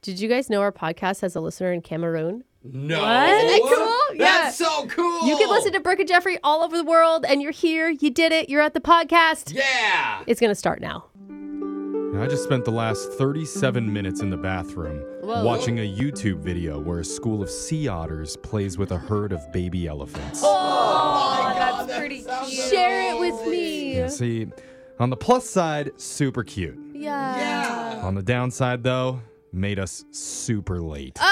Did you guys know our podcast has a listener in Cameroon? No. Isn't that cool? Yeah. That's so cool. You can listen to Brooke and Jeffrey all over the world, and you're here. You did it. You're at the podcast. Yeah. It's going to start now. I just spent the last 37 minutes in the bathroom Whoa. watching a YouTube video where a school of sea otters plays with a herd of baby elephants. Oh, that's pretty cute. Share it with me. Yeah, see, on the plus side, super cute. Yeah. Yeah. On the downside, though, made us super late. Oh,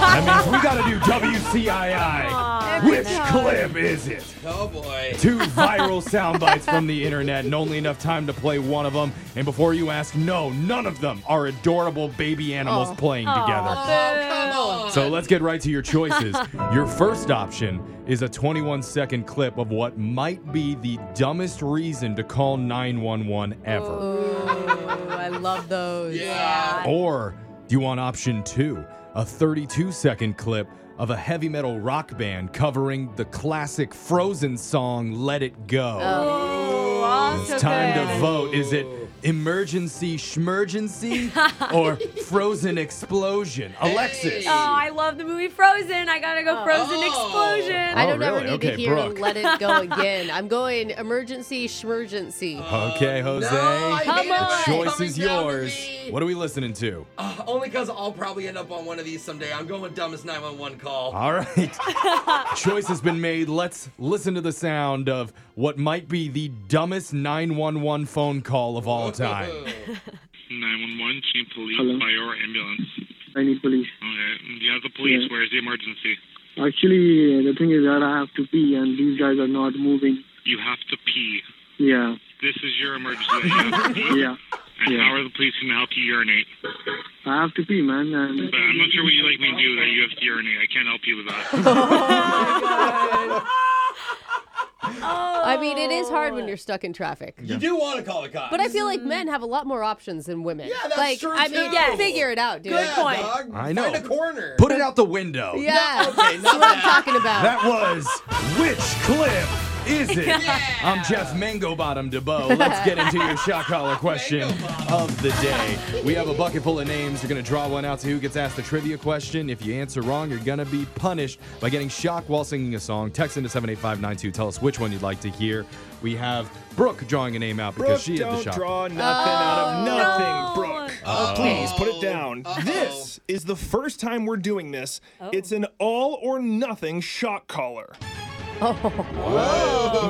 That means we gotta do WCII. Which clip is it? no. oh boy. Two viral sound bites from the internet and only enough time to play one of them. And before you ask, no, none of them are adorable baby Oh. animals playing together. Oh, come on. So let's get right to your choices. Your first option is a 21 second clip of what might be the dumbest reason to call 911 ever. Oh, I love those. Yeah. Or do you want option two, a 32 second clip of a heavy metal rock band covering the classic Frozen song Let It Go? Oh, It's time to vote. Is it emergency schmergency or frozen explosion? Alexis. Hey. Oh, I love the movie Frozen. I gotta go Frozen Oh. Explosion. I Oh, don't ever really? need to Okay, hear Brooke. let it go again. I'm going emergency, schmergency. Okay, Jose. No, I Come hate it. on. the choice Coming is down to yours. me. What are we listening to? Uh, only because I'll probably end up on one of these someday. I'm going dumbest 911 call. All right. choice has been made. Let's listen to the sound of what might be the dumbest 911 phone call of all time. 911, can you police Hello? fire or ambulance? I need police. Okay. You have the police. Yeah. Where is the emergency? Actually, the thing is that I have to pee, and these guys are not moving. You have to pee. Yeah, This is your emergency. You have to pee. yeah. And Yeah. how are the police going to help you urinate? I have to pee, man. And uh, But I'm not sure what you like me to do that you have to urinate. I can't help you with that. Oh Oh. I mean, it is hard when you're stuck in traffic. You do want to call the cops. But I feel like men have a lot more options than women. Yeah, that's like, true, I mean, too. yeah, figure it out, dude. Good point. Dog. I know. Find a corner. Put it out the window. Yeah, okay, that's not what I'm that. talking about. That was Which Clip Is It? I'm Jeff Mango Bottom DeBoe. Let's get into your shot collar question of the day. We have a bucket full of names. You're going to draw one out to who gets asked a trivia question. If you answer wrong, you're going to be punished by getting shocked while singing a song. Text into 78592. Tell us which one you'd like to hear. We have Brooke drawing a name out because Brooke, she is the don't shock. draw nothing out of Oh, nothing, Brooke. Uh, Please put it down. Uh-oh. This is the first time we're doing this. It's an all or nothing shock collar.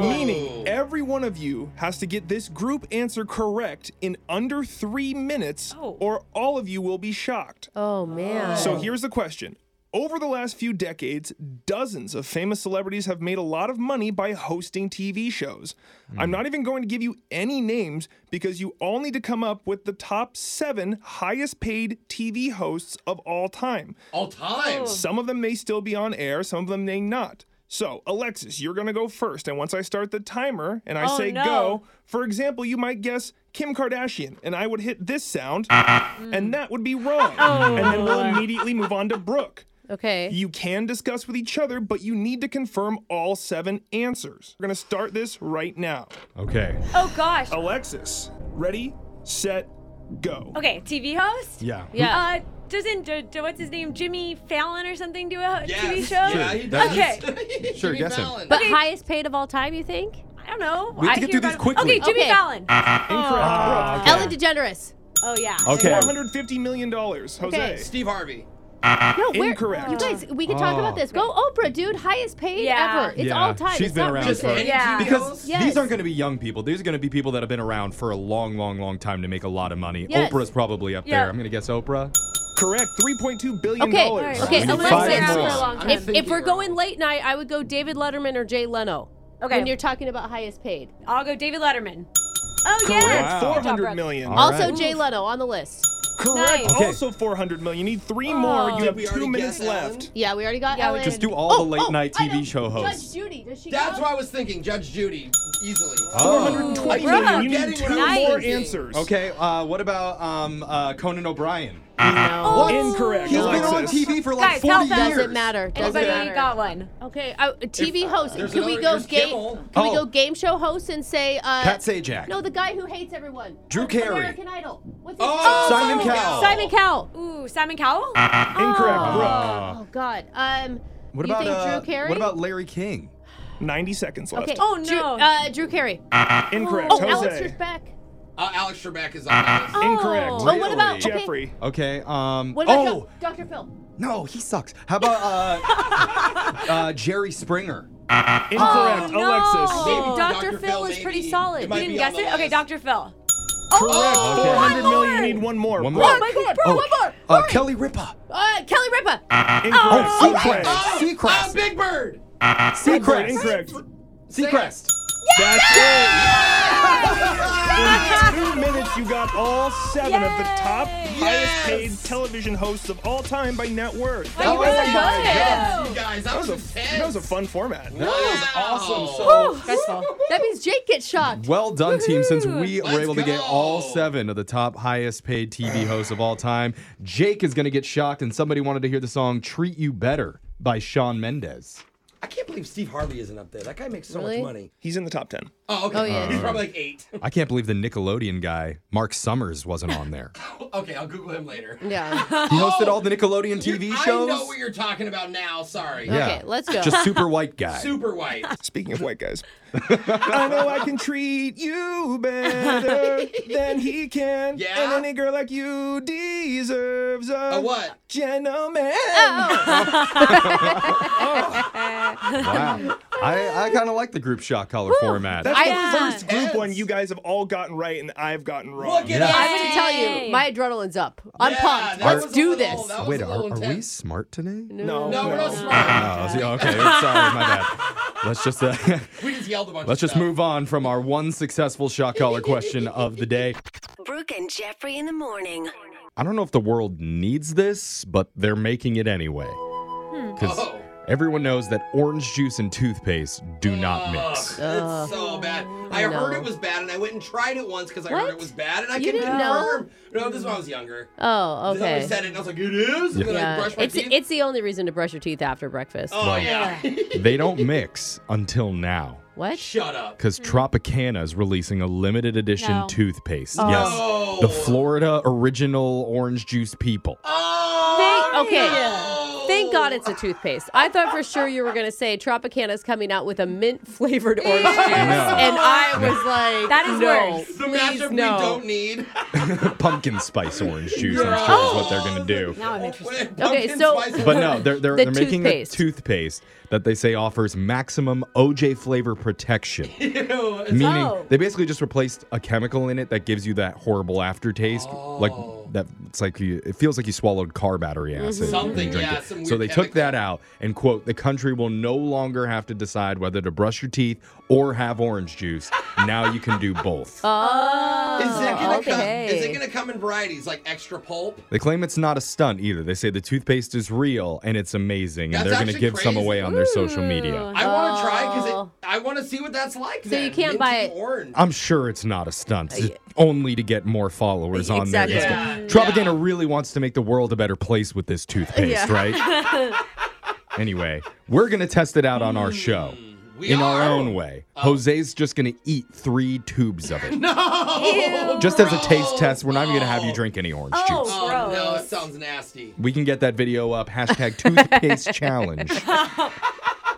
Meaning every one of you has to get this group answer correct in under three minutes, Oh. or all of you will be shocked. Oh, man. So here's the question. Over the last few decades, dozens of famous celebrities have made a lot of money by hosting TV shows. Hmm. I'm not even going to give you any names because you all need to come up with the top seven highest paid TV hosts of all time. all time. Oh, Some of them may still be on air, some of them may not. So, Alexis, you're going to go first. And once I start the timer and I Oh, say no. go, for example, you might guess Kim Kardashian, and I would hit this sound, and that would be wrong. and then we'll immediately move on to Brooke. okay. You can discuss with each other, but you need to confirm all seven answers. We're going to start this right now. Okay. Oh gosh. Alexis, ready, set, go. Okay, TV host. Yeah. yeah. Uh, doesn't do, do- what's his name Jimmy Fallon or something do a Yes. TV show? Yeah, he does. That- Okay. Sure, Jimmy guess him. Fallon. but highest paid of all time, you think? I don't know. We have I to get hear through this about- quickly. Okay, Jimmy Okay. Uh, Fallon. Incorrect. Brooke. Ellen DeGeneres. Oh yeah. Okay. $150 million. Jose. Okay. Steve Harvey. No, where? Incorrect. You guys, we can talk Oh. about this. Go Oprah, dude. Highest paid Yeah. ever. It's Yeah, all time. she's it's been not around Just recent. any Yeah. deals? Because Yes. these aren't going to be young people. These are going to be people that have been around for a long, long, long time to make a lot of money. Yes. Oprah's probably up Yeah. there. I'm going to guess Oprah. Correct. $3.2 billion. Okay, dollars. okay, We need five Alexis. more. I'm If, if thinking we're wrong. going late night, I would go David Letterman or Jay Leno. Okay. When you're talking about highest paid. I'll go David Letterman. Oh Wow. yeah. Four hundred Brooke. million. All also, right. Jay Leno on the list. Correct. Nice. Okay. Also four hundred million. You need three more. You have we two already minutes guess Ellen? left. Yeah, we already got Yeah, we Ellen. did. Just do all Oh, the late oh, night I TV know. show hosts. Judge Judy. Does she That's count? what I was thinking. Judge Judy. easily. Oh. Ooh, 420 million. You Getting need two what I'm more thinking. answers. Okay, uh, what about um, uh, Conan O'Brien? What? Uh-huh. Incorrect. He's been on Alexis. TV for like Guys, help 40 us. years. Doesn't matter. Doesn't Anybody matter. got one? Okay, uh, TV host. there's Can we another- go there's game? Kimmel. Can we Oh. go game show host and say? Uh, Pat Sajak. No, the guy who hates everyone. Drew Uh, Carey. American Idol. What's his Oh, name? Simon Cowell. Simon Cowell. Ooh, Simon Cowell? Incorrect. Brooke. Oh, God. Um. What you about think uh, Drew Carey? What about Larry King? 90 seconds left. Okay. Oh, Drew, no. uh, Drew Carey. Incorrect. Oh, Jose. Alex Trebek. Uh, Alex Trebek is on this. Incorrect. Oh. Oh, what about Ah, Really? okay, Jeffrey. Okay. Um. What about oh Doc- Dr. Phil? no, he sucks. How about uh, uh, Jerry Springer? Oh, Incorrect. Oh, No. Alexis. Oh, Maybe Dr. Dr. Phil Phil, is pretty maybe. solid. It You might didn't be guess on it? the Okay, list. Dr. Phil. Correct. Oh, Four hundred my million. Lord. You need one more. One Brooke. more. Oh, my God. Oh, One more. uh, Kelly Ripa. Uh, Kelly Ripa. Incorrect. Oh, right. Incorrect. Oh, Seacrest. uh, Big Bird. Incorrect. Seacrest. Incorrect. Seacrest. That's it. In two minutes, you got all seven of the top highest paid television hosts of all time by net worth. Oh, you guys my are good. You guys, that, That was, was a intense. that was a fun format. Wow. So Stressful. That means Jake gets shocked. well done, team. Since we Let's were able to get all go. seven of the top highest paid TV hosts of all time, Jake is going to get shocked, and somebody wanted to hear the song "Treat You Better" by Sean Mendez. I can't believe Steve Harvey isn't up there. That guy makes so Really? much money. He's in the top ten. Oh, okay. Oh, yeah. He's probably like eight. I can't believe the Nickelodeon guy, Mark Summers, wasn't on there. okay, I'll Google him later. Yeah. He hosted all the Nickelodeon TV Oh, I shows. know what you're talking about now. Sorry. Okay, let's go. Just super white guy. Super white. Speaking of white guys, I know I can treat you better than he can, Yeah? and any girl like you deserves a, A what? gentleman. Oh. Wow. I, I kind of like the group shot color format. That's I- the first group Yes. one you guys have all gotten right, and I've gotten wrong. Look at Yeah. I us. have to tell Yay. you, my adrenaline's up. I'm Yeah, pumped. that Let's was a do little- this. that was Wait, a are, little are we intense. smart today? No, No, we're not Oh, smart. see, okay. Sorry, my bad. Let's just uh, We just yelled a bunch. let's of just stuff. move on from our one successful shot collar question of the day. Brooke and Jeffrey in the morning. I don't know if the world needs this, but they're making it anyway. Hmm. Because Oh. everyone knows that orange juice and toothpaste do not mix. Ugh, it's so bad. I heard it was bad, and I went and tried it once because I heard What? it was bad, and I You can didn't confirm. No, this is when I was younger. Oh, Somebody okay. said it, and I was like, it is. And then I Yeah. brushed my It's teeth. it's the only reason to brush your teeth after breakfast. oh yeah. They don't mix until now. What? Shut up. Because Tropicana is releasing a limited edition No. toothpaste. Oh. No. Yes. The Florida original orange juice people. Oh. Thank, okay. no. Thank God it's a toothpaste. I thought for sure you were going to say Tropicana's coming out with a mint flavored orange juice. And I was like, Uh, That is no, worse. The please, matchup we no. don't need. Pumpkin spice orange juice, I'm sure, is what they're going to do. Now I'm interested. Okay, Pumpkin so- spice But no, they're they're, The they're making toothpaste. a toothpaste that they say offers maximum OJ flavor protection, Ew, it's- meaning Oh. they basically just replaced a chemical in it that gives you that horrible aftertaste, like Oh. that. It's like you, it feels like you swallowed car battery acid. when you Mm-hmm. Something, drink yeah, it. some so weird they took that out and quote: the country will no longer have to decide whether to brush your teeth or have orange juice. now you can do both. Oh, Is it gonna come? Is okay. it gonna come in varieties like extra pulp? They claim it's not a stunt either. They say the toothpaste is real and it's amazing, and That's they're going to actually give some crazy. away on their social media. I want to try because Oh. I want to see what that's like. So you can't buy it- Orange. I'm sure it's not a stunt, Uh, it's only to get more followers on there. Exactly. Yeah, That's good. Tropicana really wants to make the world a better place with this toothpaste, Yeah. right? anyway, we're going to test it out on our show Hmm. we in our are. own way. Jose's just going to eat three tubes of it. No. just as a taste gross. test, we're not even going to have you No. drink any orange Oh. juice. Oh, no, Gross. it sounds nasty. We can get that video up. Hashtag toothpaste challenge.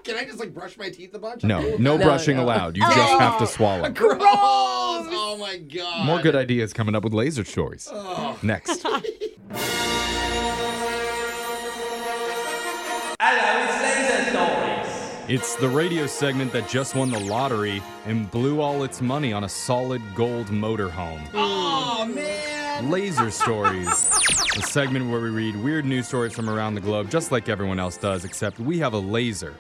Can I just like brush my teeth a bunch? No, no brushing no. allowed. You just have to swallow. Gross. Oh my god. More good ideas coming up with laser stories. Oh. Next. It's the radio segment that just won the lottery and blew all its money on a solid gold motorhome. Oh man. Laser Stories, a segment where we read weird news stories from around the globe, just like everyone else does, except we have a laser.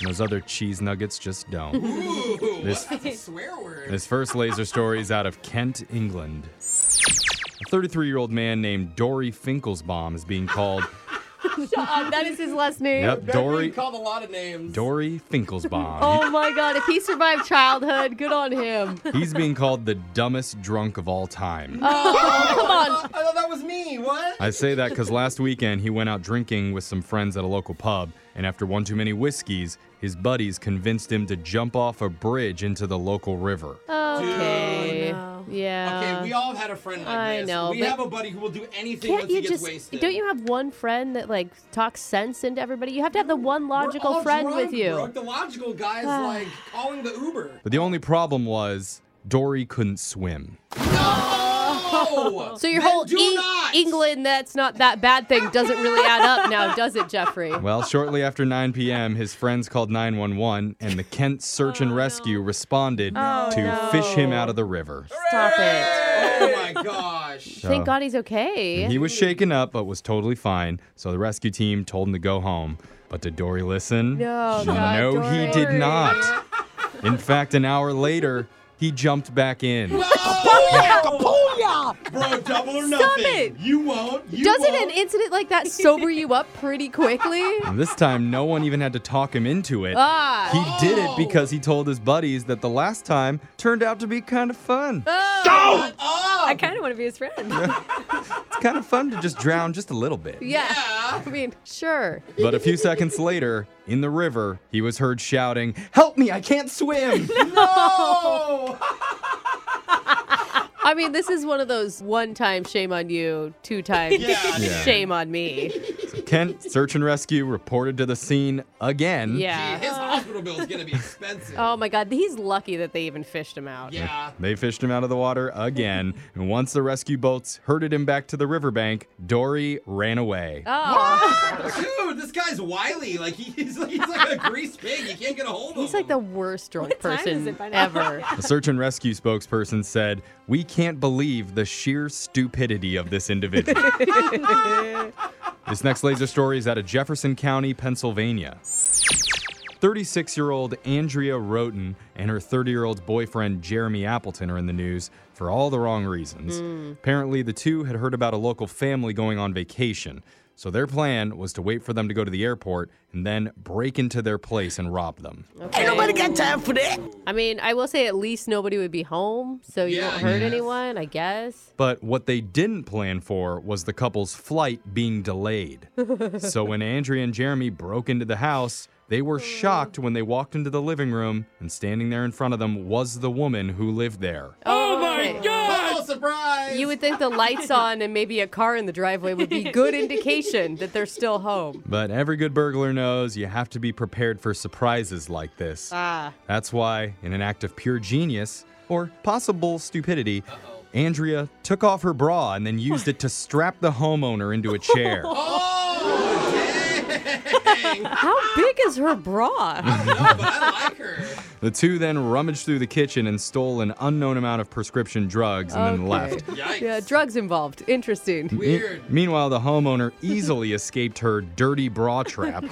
And those other cheese nuggets just don't. Ooh, This- that's a swear word. This first laser story is out of Kent, England. A 33 year old man named Dory Finkelsbaum is being called up. That is his last name. Yep, Dory. Called a lot of names. Dory Finkelsbaum. Oh my God! If he survived childhood, good on him. He's being called the dumbest drunk of all time. Oh, come on. I thought that was me. What? I say that because last weekend he went out drinking with some friends at a local pub, and after one too many whiskeys, his buddies convinced him to jump off a bridge into the local river. Okay. Yeah. Okay, we all have had a friend like I this. know, we but- have a buddy who will do anything Can't once he you gets just? wasted. Don't you have one friend that like talks sense into everybody? You have to have the one We're logical all friend drunk, with you. Ah. Brooke. The logical guy's like calling the Uber. But the only problem was Dory couldn't swim. No! So your Then whole do E- not! England, that's not that bad thing, doesn't really add up now, does it, Jeffrey? Well, shortly after 9 p.m., his friends called 911, and the Kent Search Oh, and Rescue responded to fish him out of the river. Stop it. Oh my gosh. Thank God he's okay. He was shaken up, but was totally fine. So the rescue team told him to go home. But did Dory listen? Oh, No, God, no, he did Dory. not. In fact, an hour later, he jumped back in. Bro, double or nothing. it. You won't. You Doesn't won't. an incident like that sober you up pretty quickly? And this time, no one even had to talk him into it. Ah. He did it because he told his buddies that the last time turned out to be kind of fun. Oh, Oh. I kind of want to be his friend. It's kind of fun to just drown just a little bit. Yeah. I mean, sure. But a few seconds later, in the river, he was heard shouting, Help me, I can't swim! I mean, this is one of those one time shame on you, two time Yeah, I mean- shame on me. Kent Search and Rescue reported to the scene again. Yeah. His hospital bill is going to be expensive. Oh my God, he's lucky that they even fished him out. Yeah. They fished him out of the water again, and once the rescue boats herded him back to the riverbank, Dory ran away. Oh, Dude, this guy's wily. Like he- he's like he's like a grease pig. You can't get a hold of he's like the him. worst drunk time is person it by now? ever. The search and rescue spokesperson said, We can't believe the sheer stupidity of this individual. this next laser story is out of Jefferson County, Pennsylvania. 36 year old Andrea Roten and her 30 year old boyfriend Jeremy Appleton are in the news for all the wrong reasons. Apparently, the two had heard about a local family going on vacation. So their plan was to wait for them to go to the airport and then break into their place and rob them. I mean, I will say at least nobody would be home, so you Yeah, won't hurt yes. anyone, I guess. But what they didn't plan for was the couple's flight being delayed. so when Andrea and Jeremy broke into the house, they were shocked when they walked into the living room, and standing there in front of them was the woman who lived there. Oh, my God! Oh, surprise! You would think the lights on and maybe a car in the driveway would be good indication that they're still home. But every good burglar knows you have to be prepared for surprises like this. Ah. That's why, in an act of pure genius, or possible stupidity, Andrea took off her bra and then used it to strap the homeowner into a chair. How big is her bra? no, but I like her. The two then rummaged through the kitchen and stole an unknown amount of prescription drugs and then left. Yikes. Yeah, drugs involved. Interesting. Me- Weird. meanwhile, the homeowner easily escaped her dirty bra trap.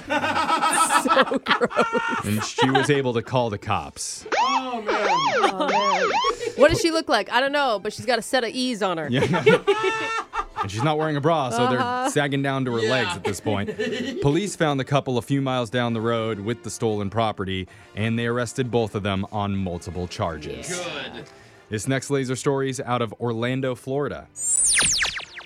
And she was able to call the cops. Oh man. What does she look like? I don't know, but she's got a set of E's on her. and she's not wearing a bra, so they're sagging down to her Uh-huh. Yeah. legs at this point. Police found the couple a few miles down the road with the stolen property, and they arrested both of them on multiple charges. Good. This next laser story is out of Orlando, Florida.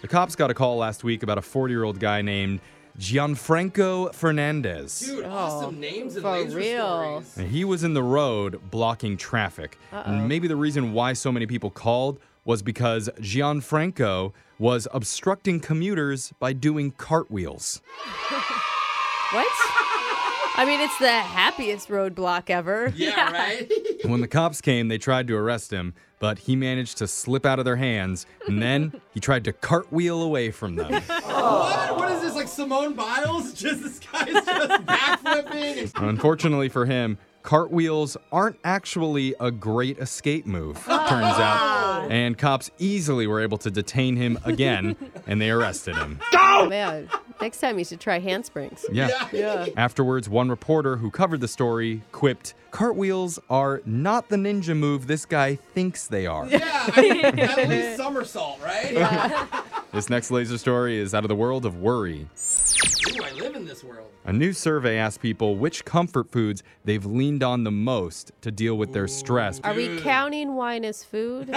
The cops got a call last week about a 40 year old guy named Gianfranco Fernandez. Dude, awesome names and for laser real. stories. And he was in the road blocking traffic. And maybe the reason why so many people called was because Gianfranco was obstructing commuters by doing cartwheels. What? I mean, it's the happiest roadblock ever. Yeah, right? And when the cops came, they tried to arrest him, but he managed to slip out of their hands. And then he tried to cartwheel away from them. what? What is this? Like Simone Biles? Just this guy's just backflipping and Unfortunately for him, cartwheels aren't actually a great escape move, it turns out. And cops easily were able to detain him again, and they arrested him. Oh, man. Next time you should try handsprings. Yeah. Yeah. Afterwards, one reporter who covered the story quipped, Cartwheels are not the ninja move this guy thinks they are. Yeah, I mean, at least somersault, right? This next laser story is out of the world of worry. Ooh, I in this world. A new survey asked people which comfort foods they've leaned on the most to deal with their stress. Are we counting wine as food?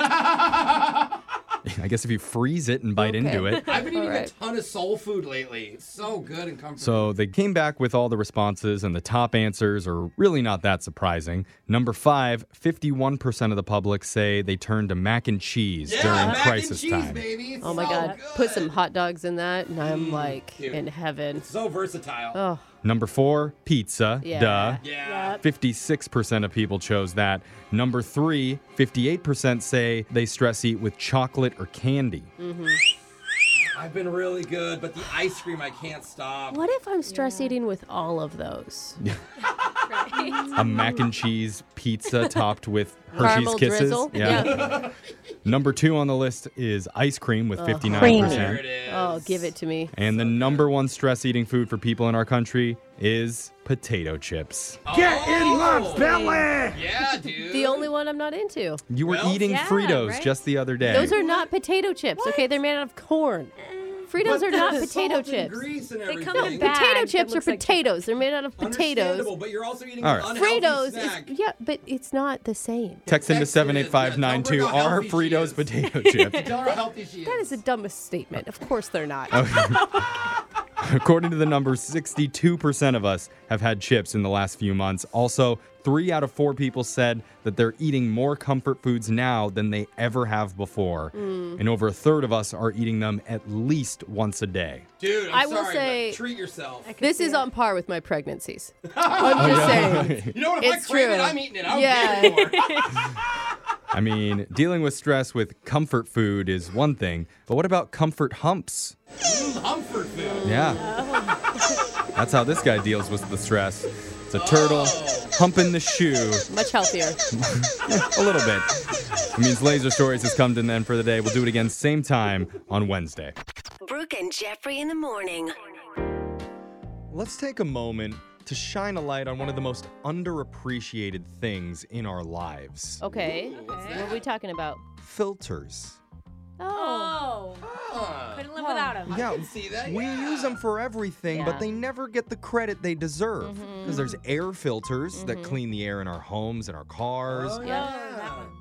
I guess if you freeze it and bite into Okay. it. I've been eating Alright. a ton of soul food lately. It's so good and comfortable. So they came back with all the responses, and the top answers are really not that surprising. Number five, 51% of the public say they turn to mac and cheese yeah, during mac crisis and cheese, time. baby. It's Oh my so God. good. Mm, Put some hot dogs in that, and I'm like cute. in heaven. So versatile. Oh, Number four, pizza. yeah. Duh. Yeah. 56% of people chose that. Number three, 58% say they stress eat with chocolate or candy. Mm-hmm. I've been really good, but the ice cream I can't stop. What if I'm stress eating with all of those? A mac and cheese pizza topped with Hershey's Caramel kisses. drizzle. Yeah. Number two on the list is ice cream with 59%. There it is. Oh, give it to me. And the number one stress eating food for people in our country is potato chips. Get in my belly. Oh. Yeah, dude. The only one I'm not into. You were Well, eating yeah, Fritos right? just the other day. Those are not potato chips. Okay, they're made out of corn. Fritos are not potato Salt and chips. grease and They come everything. in a bag. Potato Bad, chips it are looks like- potatoes. They're made out of Understandable, potatoes. but you're also eating All All right. right. Fritos snack. is yeah, but it's not the same. Text into Text it in. seven eight five nine Yeah, two. tell her how Are healthy she is. Fritos potato chips? Oh. Tell her how healthy she is. That is the dumbest statement. Of course they're not. According to the numbers, 62% of us have had chips in the last few months. Also, three out of four people said that they're eating more comfort foods now than they ever have before. And over a third of us are eating them at least once a day. Dude, I'm I will sorry, say- but treat yourself. This is on par with my pregnancies. Oh. I'm just saying. You know what? If It's I crave true. it, I'm eating it. I don't Yeah. care anymore. I mean, dealing with stress with comfort food is one thing, but what about comfort humps? Comfort food. Yeah. That's how this guy deals with the stress. It's a turtle humping the shoe Much healthier. a little bit. It means Laser Stories has come to an end for the day. We'll do it again same time on Wednesday. Brooke and Jeffrey in the morning. Let's take a moment to shine a light on one of the most underappreciated things in our lives. Okay. What are we talking about? Filters. Oh. Oh, Ah. couldn't live without him. Yeah, can see that, we yeah. use them for everything, Yeah. but they never get the credit they deserve. Because Mm-hmm. there's air filters that clean the air in our homes and our cars. Oh, yeah.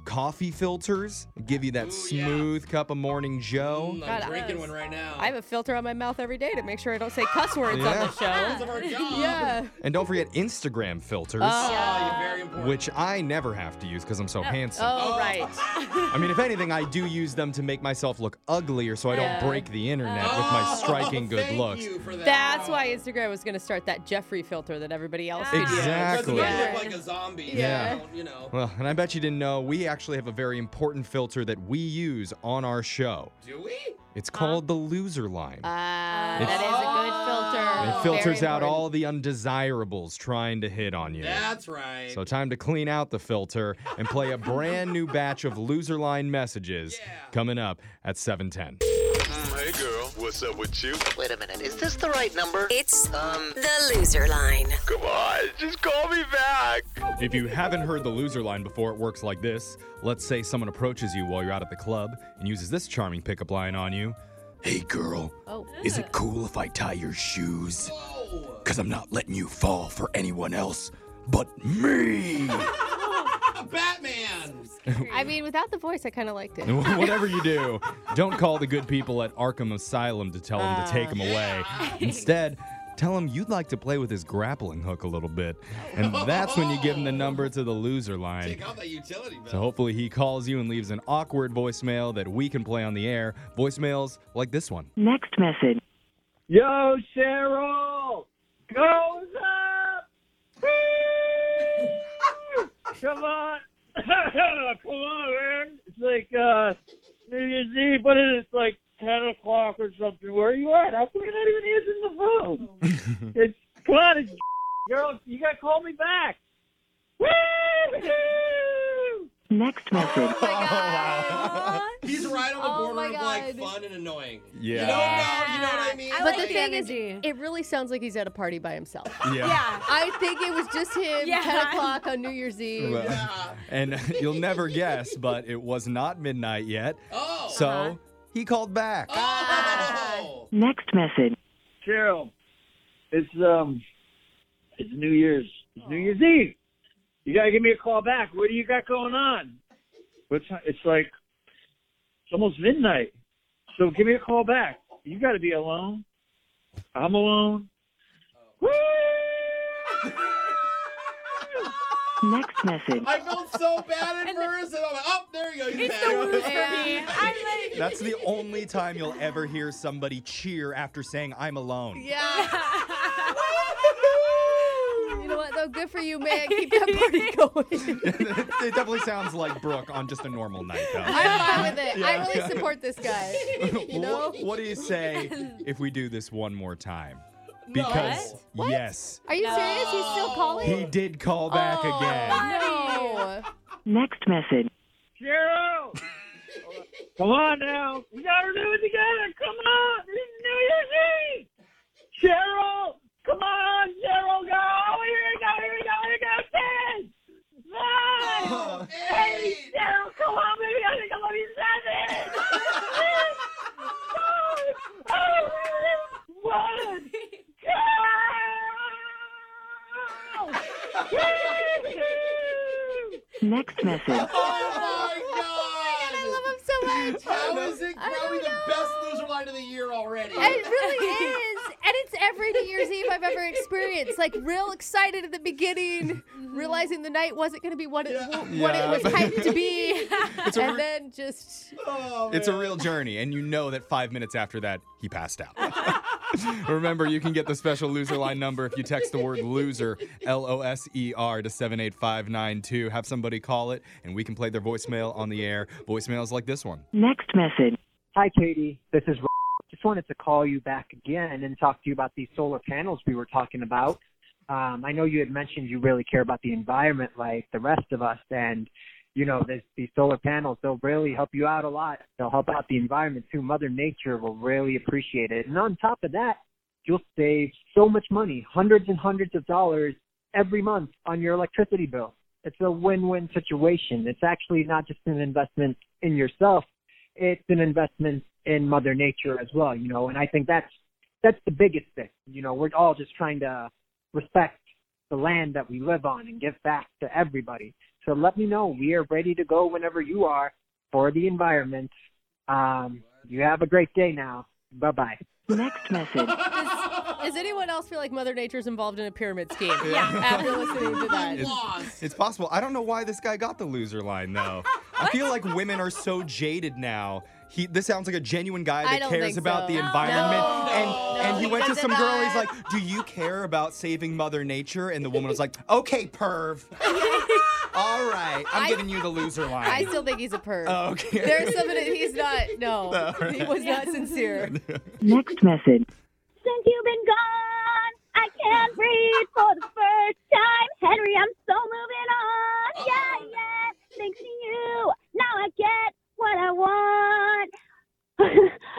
Coffee filters give you that yeah. smooth cup of morning Joe. Mm, God, I'm drinking one right now. I have a filter on my mouth every day to make sure I don't say cuss words Yeah. on the show. Friends of our job. Yeah. And don't forget Instagram filters, Oh, you're very important. which I never have to use because I'm so handsome. Oh, right. I mean, if anything, I do use them to make myself look uglier so I don't Yeah. break the internet with my Oh, striking good thank looks. you for that. That's why Instagram was going to start that Jeffrey filter that everybody else did. Exactly. Because Exactly. we look like a zombie. Yeah. Yeah. You know. Well, and I bet you didn't know, we actually have a very important filter that we use on our show. Do we? It's called the loser line. Ah, It's- that Oh. is a it good filter. filters Very out important. all the undesirables trying to hit on you. That's right. So, time to clean out the filter and play a brand new batch of loser line messages Yeah. coming up at 710. Hey girl, what's up with you? Wait a minute. Is this the right number? It's the loser line. Come on, just call me back. If you haven't heard the loser line before, it works like this. Let's say someone approaches you while you're out at the club and uses this charming pickup line on you. Hey girl, Oh. is it cool if I tie your shoes? Cause I'm not letting you fall for anyone else but me. a Batman. I mean, without the voice, I kind of liked it. Whatever you do, don't call the good people at Arkham Asylum to tell them to take him away. Instead, tell him you'd like to play with his grappling hook a little bit. And that's when you give him the number to the loser line. Take out that utility belt. So hopefully he calls you and leaves an awkward voicemail that we can play on the air. Voicemails like this one. Next message. Yo, Cheryl, goes up. Woo! Come on, come on, man. It's like uh, New Year's Eve, but it's like ten o'clock or something. Where are you at? How come you're not even answering the phone? it's come on, it's girl. You gotta call me back. Woo! Next message. He's right on the Oh my border of like God. fun and annoying. Yeah. You don't know. Oh, You know what I mean? I But like the thing energy. is, it really sounds like he's at a party by himself. yeah. I think it was just him, Yeah. 10 o'clock on New Year's Eve. Well, And you'll never guess, but it was not midnight yet. oh. So he called back. oh. Next message. Cheryl, It's um, it's New Year's. It's New Year's Eve. You gotta give me a call back. What do you got going on? What's it's like? It's almost midnight. So give me a call back. You gotta be alone. I'm alone. Woo! Next message. I felt so bad at first, and I'm like, oh, there you go. He's It's the back. worst for me. I like. That's the only time you'll ever hear somebody cheer after saying, I'm alone. Yeah. you know what though? Good for you, man. Keep that party going. it definitely sounds like Brooke on just a normal night, though. I'm fine with it. I Yeah. really support this guy. You know? what, what do you say if we do this one more time? Because, What? yes, Are you serious? He's still calling? he did call back Oh, again. No. Next message. Gerald, come on now. We gotta do it together. Come on. This is New Year's Eve. Gerald, come on. Gerald, go. Oh, Here we go. Here we go. Here we go. Ten. Nine. Oh, eight. eight. Gerald, come on, baby. I think I'm gonna be seven. Six. Five. Four. One. Gerald. Woo-hoo. Next message. Oh Oh I love him so my much. god! That was it, I probably don't the best loser line of the year already. It really is. And it's every New Year's Eve I've ever experienced. Like real excited at the beginning, realizing the night wasn't going to be what it w- what Yeah. it was hyped to be, It's a and re- then just Oh, It's a man. real journey, and you know that five minutes after that, he passed out. Remember, you can get the special loser line number if you text the word loser, L O S E R, to 78592. Have somebody call it, and we can play their voicemail on the air. Voicemails like this one. Next message. Hi, Katie. This is Rob. Just wanted to call you back again and talk to you about these solar panels we were talking about. Um, I know you had mentioned you really care about the environment like the rest of us, and you know this, these solar panels they'll really help you out a lot. They'll help out the environment too. Mother Nature will really appreciate it. And on top of that, you'll save so much money, hundreds and hundreds of dollars every month on your electricity bill. It's a win-win situation. It's actually not just an investment in yourself, it's an investment in Mother Nature as well, you know, and I think that's that's the biggest thing. You know, we're all just trying to respect the land that we live on and give back to everybody. So let me know. We are ready to go whenever you are for the environment. Um, you have a great day now. Bye bye. Next message. Does anyone else feel like Mother Nature's involved in a pyramid scheme? Yeah. After listening to that. It's, it's possible. I don't know why this guy got the loser line though. I feel like women are so jaded now. He this sounds like a genuine guy I that don't cares think about so. the No. environment. No. and No, and he he went to does some girl and he's not. like, "Do you care about saving Mother Nature?" And the woman was like, "Okay, perv. All right, I'm I- giving you the loser line." I still think he's a perv. Oh, okay. There's something that he's not. No, All right. he was not sincere. Next message. Since you've been gone, I can't breathe for the first time. Henry, I'm so moving on. Yeah, yeah. Thanks to you, now I get what I want.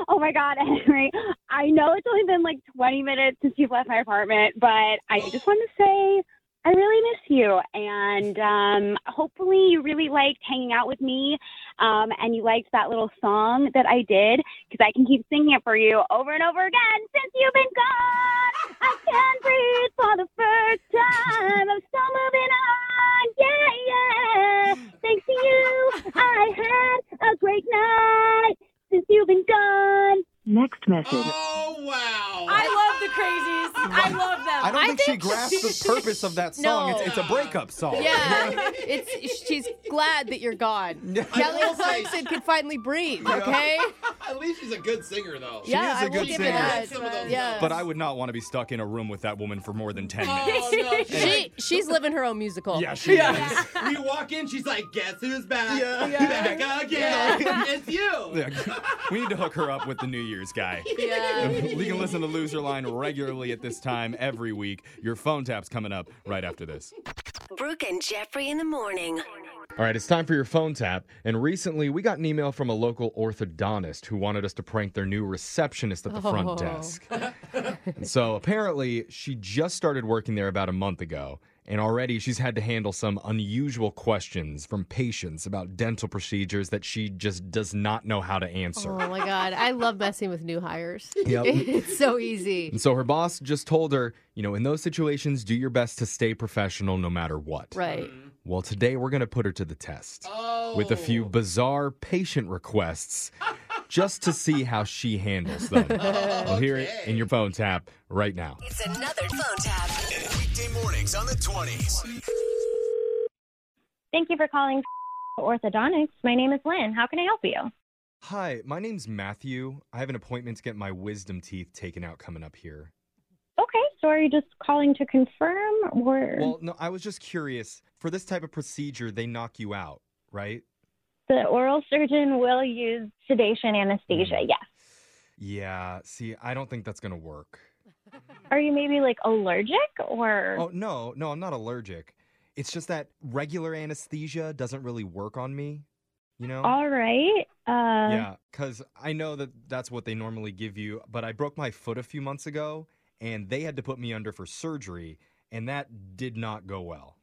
oh my God, Henry. I know it's only been like 20 minutes since you've left my apartment, but I just want to say I really miss you. And um, hopefully, you really liked hanging out with me um, and you liked that little song that I did because I can keep singing it for you over and over again since you've been gone. I can't breathe for the first time. I'm still moving on. Yeah, yeah. Thanks to you, I had a great night since you've been gone. Next message. Oh wow! I love the crazies. I love them. I don't think, she grasped the purpose of that song. It's, it's a breakup song. Yeah, it's she's glad that you're gone. I Kelly will say- Clarkson can finally breathe. Yeah. Okay. At least she's a good singer, though. She Yeah, is a I will good give her singer. that. Some of those Yeah. But I would not want to be stuck in a room with that woman for more than 10 minutes. Oh no! She she's living her own musical. Yeah, she we walk in, she's like, "Guess who's back? Yeah. Back again? It's you." Yeah, we need to hook her up with the New Year's guy. Yeah. You can listen to Loser Line regularly at this time every week. Your phone tap's coming up right after this. Brooke and Jeffrey in the morning. All right, it's time for your phone tap. And recently, we got an email from a local orthodontist who wanted us to prank their new receptionist at the Oh. front desk. And so apparently, she just started working there about a month ago. And already she's had to handle some unusual questions from patients about dental procedures that she just does not know how to answer. Oh my god, I love messing with new hires. Yep. it's so easy. And so her boss just told her, you know, in those situations, do your best to stay professional no matter what. Right. Well, today we're going to put her to the test with a few bizarre patient requests just to see how she handles them. We'll hear it in your phone tap right now. It's another phone tap. Weekday mornings on the 20s. Thank you for calling Orthodontics. My name is Lynn. How can I help you? Hi, my name's Matthew. I have an appointment to get my wisdom teeth taken out coming up here. Okay, so are you just calling to confirm or Well, no, I was just curious. For this type of procedure, they knock you out, right? the oral surgeon will use sedation anesthesia? Mm. Yes. Yeah, see, I don't think that's going to work. Are you maybe like allergic or Oh, no, no, I'm not allergic. It's just that regular anesthesia doesn't really work on me, you know? all right? Uh, Yeah, because I know that that's what they normally give you, but I broke my foot a few months ago and they had to put me under for surgery, and that did not go well.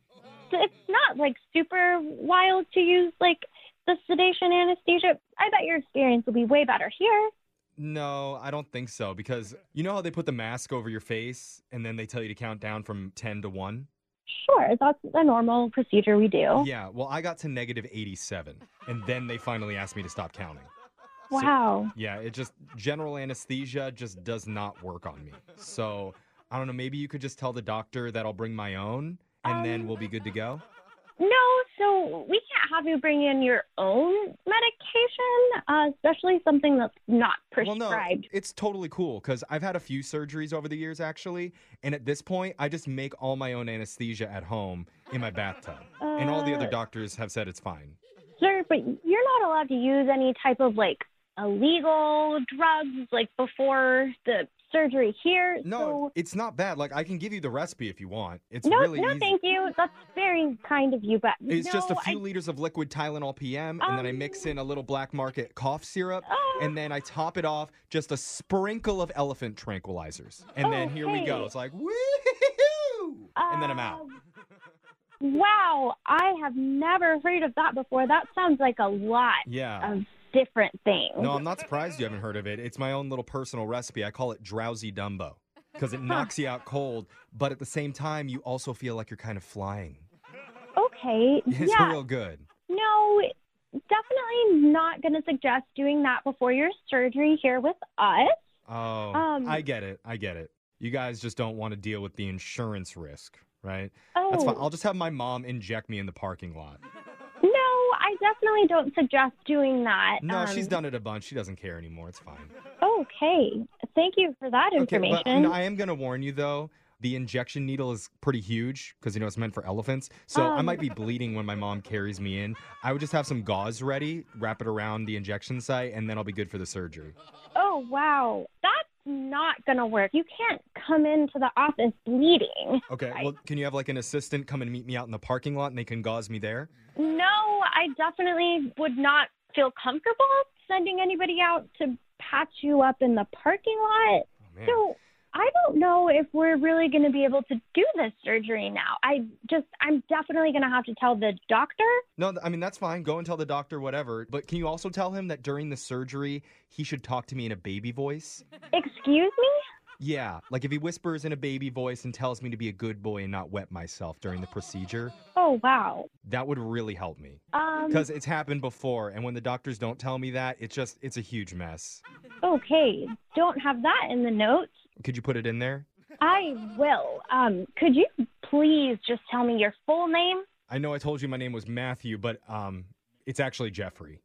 It's not like super wild to use like the sedation anesthesia. I bet your experience will be way better here. No, I don't think so, because you know how they put the mask over your face and then they tell you to count down from 10 to 1? Sure, that's a normal procedure we do. Yeah, well, I got to negative 87, and then they finally asked me to stop counting. So- Wow. yeah, it just general anesthesia just does not work on me. So I don't know. Maybe you could just tell the doctor that I'll bring my own, and then we'll be good to go. No, so we can't have you bring in your own medication, uh, especially something that's not Well, prescribed. no, it's totally cool because I've had a few surgeries over the years actually, and at this point, I just make all my own anesthesia at home in my bathtub, and all the other Uh, doctors have said it's fine. Sir, but you're not allowed to use any type of like illegal drugs like before the surgery here. No, it's not bad. Like I can give you the recipe if you want. It's so, no, really no, easy. thank you. That's very kind of you, but It's no, just a few I, Um. liters of liquid Tylenol PM, and then I mix in a little black market cough syrup, Oh. and then I top it off just a sprinkle of elephant tranquilizers. And then here we go. Okay. It's like, woo! And then I'm out. Um, wow, I have never heard of that before. That sounds like a lot Yeah. of different things. No, I'm not surprised you haven't heard of it. It's my own little personal recipe. I call it Drowsy Dumbo because it knocks you out cold, but at the same time, you also feel like you're kind of flying. Okay, It's yeah. real good. No, definitely not going to suggest doing that before your surgery here with us. Oh, Um, I get it. I get it. You guys just don't want to deal with the insurance risk, right? That's fine. Oh. I'll just have my mom inject me in the parking lot. No, I definitely don't suggest doing that. No, Um, she's done it a bunch. She doesn't care anymore. It's fine. Okay, thank you for that information. but no, I am going to warn you though. The injection needle is pretty huge because you know it's meant for elephants. So I Um. might be bleeding when my mom carries me in. I would just have some gauze ready, wrap it around the injection site, and then I'll be good for the surgery. Oh, wow. That's not going to work. You can't come into the office bleeding. Okay. Well, can you have like an assistant come and meet me out in the parking lot and they can gauze me there? No, I definitely would not feel comfortable sending anybody out to patch you up in the parking lot. man. so I don't know if we're really going to be able to do this surgery now. I just, I'm definitely going to have to tell the doctor. No, th- I mean that's fine. Go and tell the doctor whatever. But can you also tell him that during the surgery he should talk to me in a baby voice? Excuse me? Yeah, like if he whispers in a baby voice and tells me to be a good boy and not wet myself during the procedure, Oh, wow. that would really help me. Um, Because it's happened before, and when the doctors don't tell me that, it's just it's a huge mess. okay, don't have that in the notes. Could you put it in there? I will. Um, could you please just tell me your full name? I know I told you my name was Matthew, but um, it's actually Jeffrey.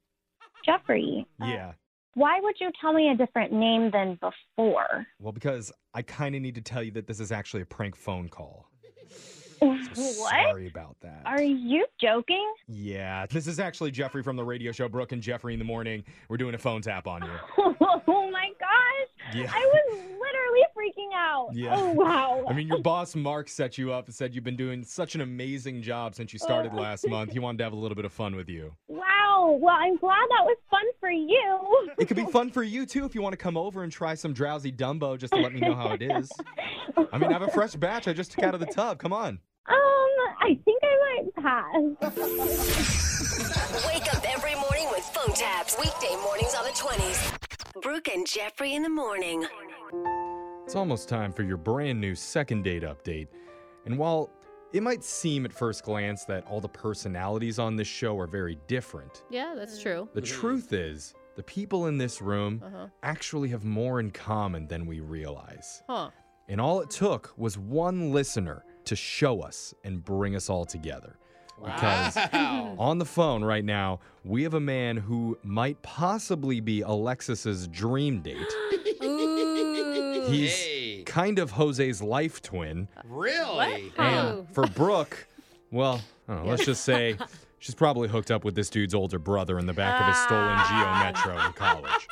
Jeffrey, Yeah. why would you tell me a different name than before? Well, because I kind of need to tell you that this is actually a prank phone call. what? Sorry about that. Are you joking? Yeah, this is actually Jeffrey from the radio show Brooke and Jeffrey in the morning. We're doing a phone tap on you. oh my gosh. Yeah. I was literally freaking out. Yeah. Oh, wow. I mean, your boss Mark set you up and said you've been doing such an amazing job since you started Oh. last month. He wanted to have a little bit of fun with you. Wow. Well, I'm glad that was fun for you. It could be fun for you too if you want to come over and try some drowsy Dumbo just to let me know how it is. I mean, I have a fresh batch I just took out of the tub. Come on. Um, I think I might pass. Wake up every morning with phone taps. Weekday mornings on the 20s. Brooke and Jeffrey in the morning. It's almost time for your brand new second date update. And while it might seem at first glance that all the personalities on this show are very different, Yeah, that's true. the truth is the people in this room Mm-hmm. Uh-huh. actually have more in common than we realize. Huh. And all it took was one listener to show us and bring us all together. Because Wow. Mm. on the phone right now, we have a man who might possibly be Alexis's dream date. Ooh. He's kind of Jose's life twin. Really? And for Brooke, well, I don't know, let's just say she's probably hooked up with this dude's older brother in the back of his stolen Geo Metro in college.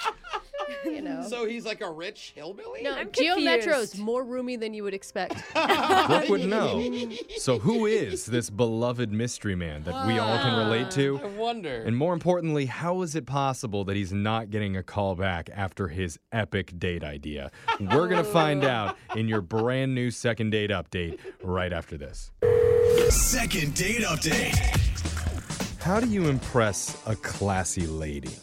you know. So he's like a rich hillbilly? No, Geo Metro is more roomy than you would expect. Oh, Brooke would know. So, who is this beloved mystery man that we all can relate to? I wonder. And more importantly, how is it possible that he's not getting a call back after his epic date idea? We're going to find out in your brand new second date update right after this. Second date update. How do you impress a classy lady?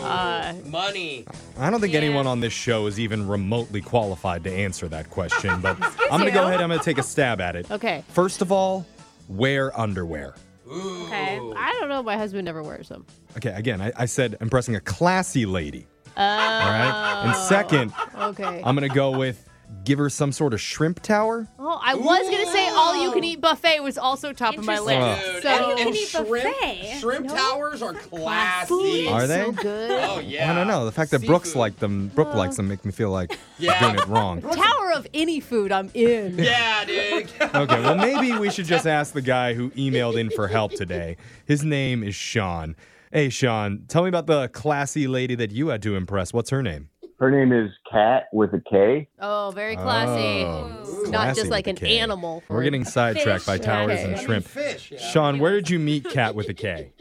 Uh, Money. I don't think anyone on this show is even remotely qualified to answer that question, but I'm going to go you. ahead I'm going to take a stab at it. Okay. First of all, wear underwear. Okay. I don't know. My husband never wears them. Okay, again, I, I said impressing a classy lady. Uh, All right. And second, Oh. okay. I'm going to go with give her some sort of shrimp tower. oh, I was gonna say all you can eat buffet was also top of my Interesting. list. Dude, So and, and shrimp, shrimp towers are classy. Are they? Oh yeah. I don't know. The fact that Brooks like them, Brooke likes them, make me feel like Yeah. I'm doing it wrong. Tower of any food, I'm in. Yeah, dude. Okay, well, maybe we should just ask the guy who emailed in for help today. His name is Sean. Hey, Sean, tell me about the classy lady that you had to impress. What's her name? Her name is Kat with a K. Oh, very classy. Oh, Not classy just like with an a K. animal. We're getting sidetracked by towers and shrimp. Sean, where did you meet Kat with a K?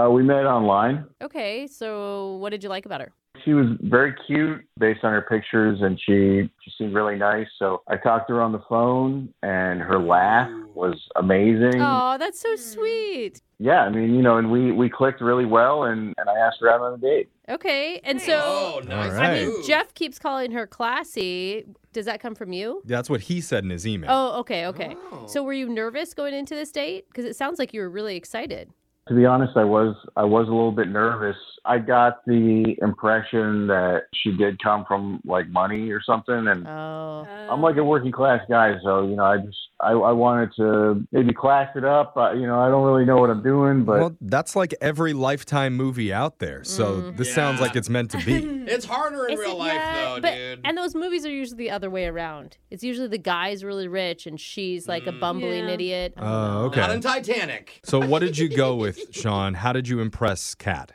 Uh, we met online. Okay, so what did you like about her? She was very cute based on her pictures, and she, she seemed really nice. So I talked to her on the phone, and her laugh was amazing. Oh, that's so sweet. Yeah, I mean, you know, and we, we clicked really well, and, and I asked her out on a date. Okay, and so nice. I mean, Alright. Jeff keeps calling her classy. Does that come from you? That's what he said in his email. Oh, okay, okay. So were you nervous going into this date? Because it sounds like you were really excited. To be honest, I was I was a little bit nervous. I got the impression that she did come from like money or something, and I'm like a working class guy, so you know, I just I, I wanted to maybe class it up. Uh, you know, I don't really know what I'm doing, but Well, that's like every lifetime movie out there. So Mm-hmm. this sounds like it's meant to be. It's harder in Hmm. Is real it- life yeah, though, but- dude. And those movies are usually the other way around. It's usually the guy's really rich and she's like a bumbling idiot. Oh, okay. Not in Titanic. So what did you go with, Sean? How did you impress Kat?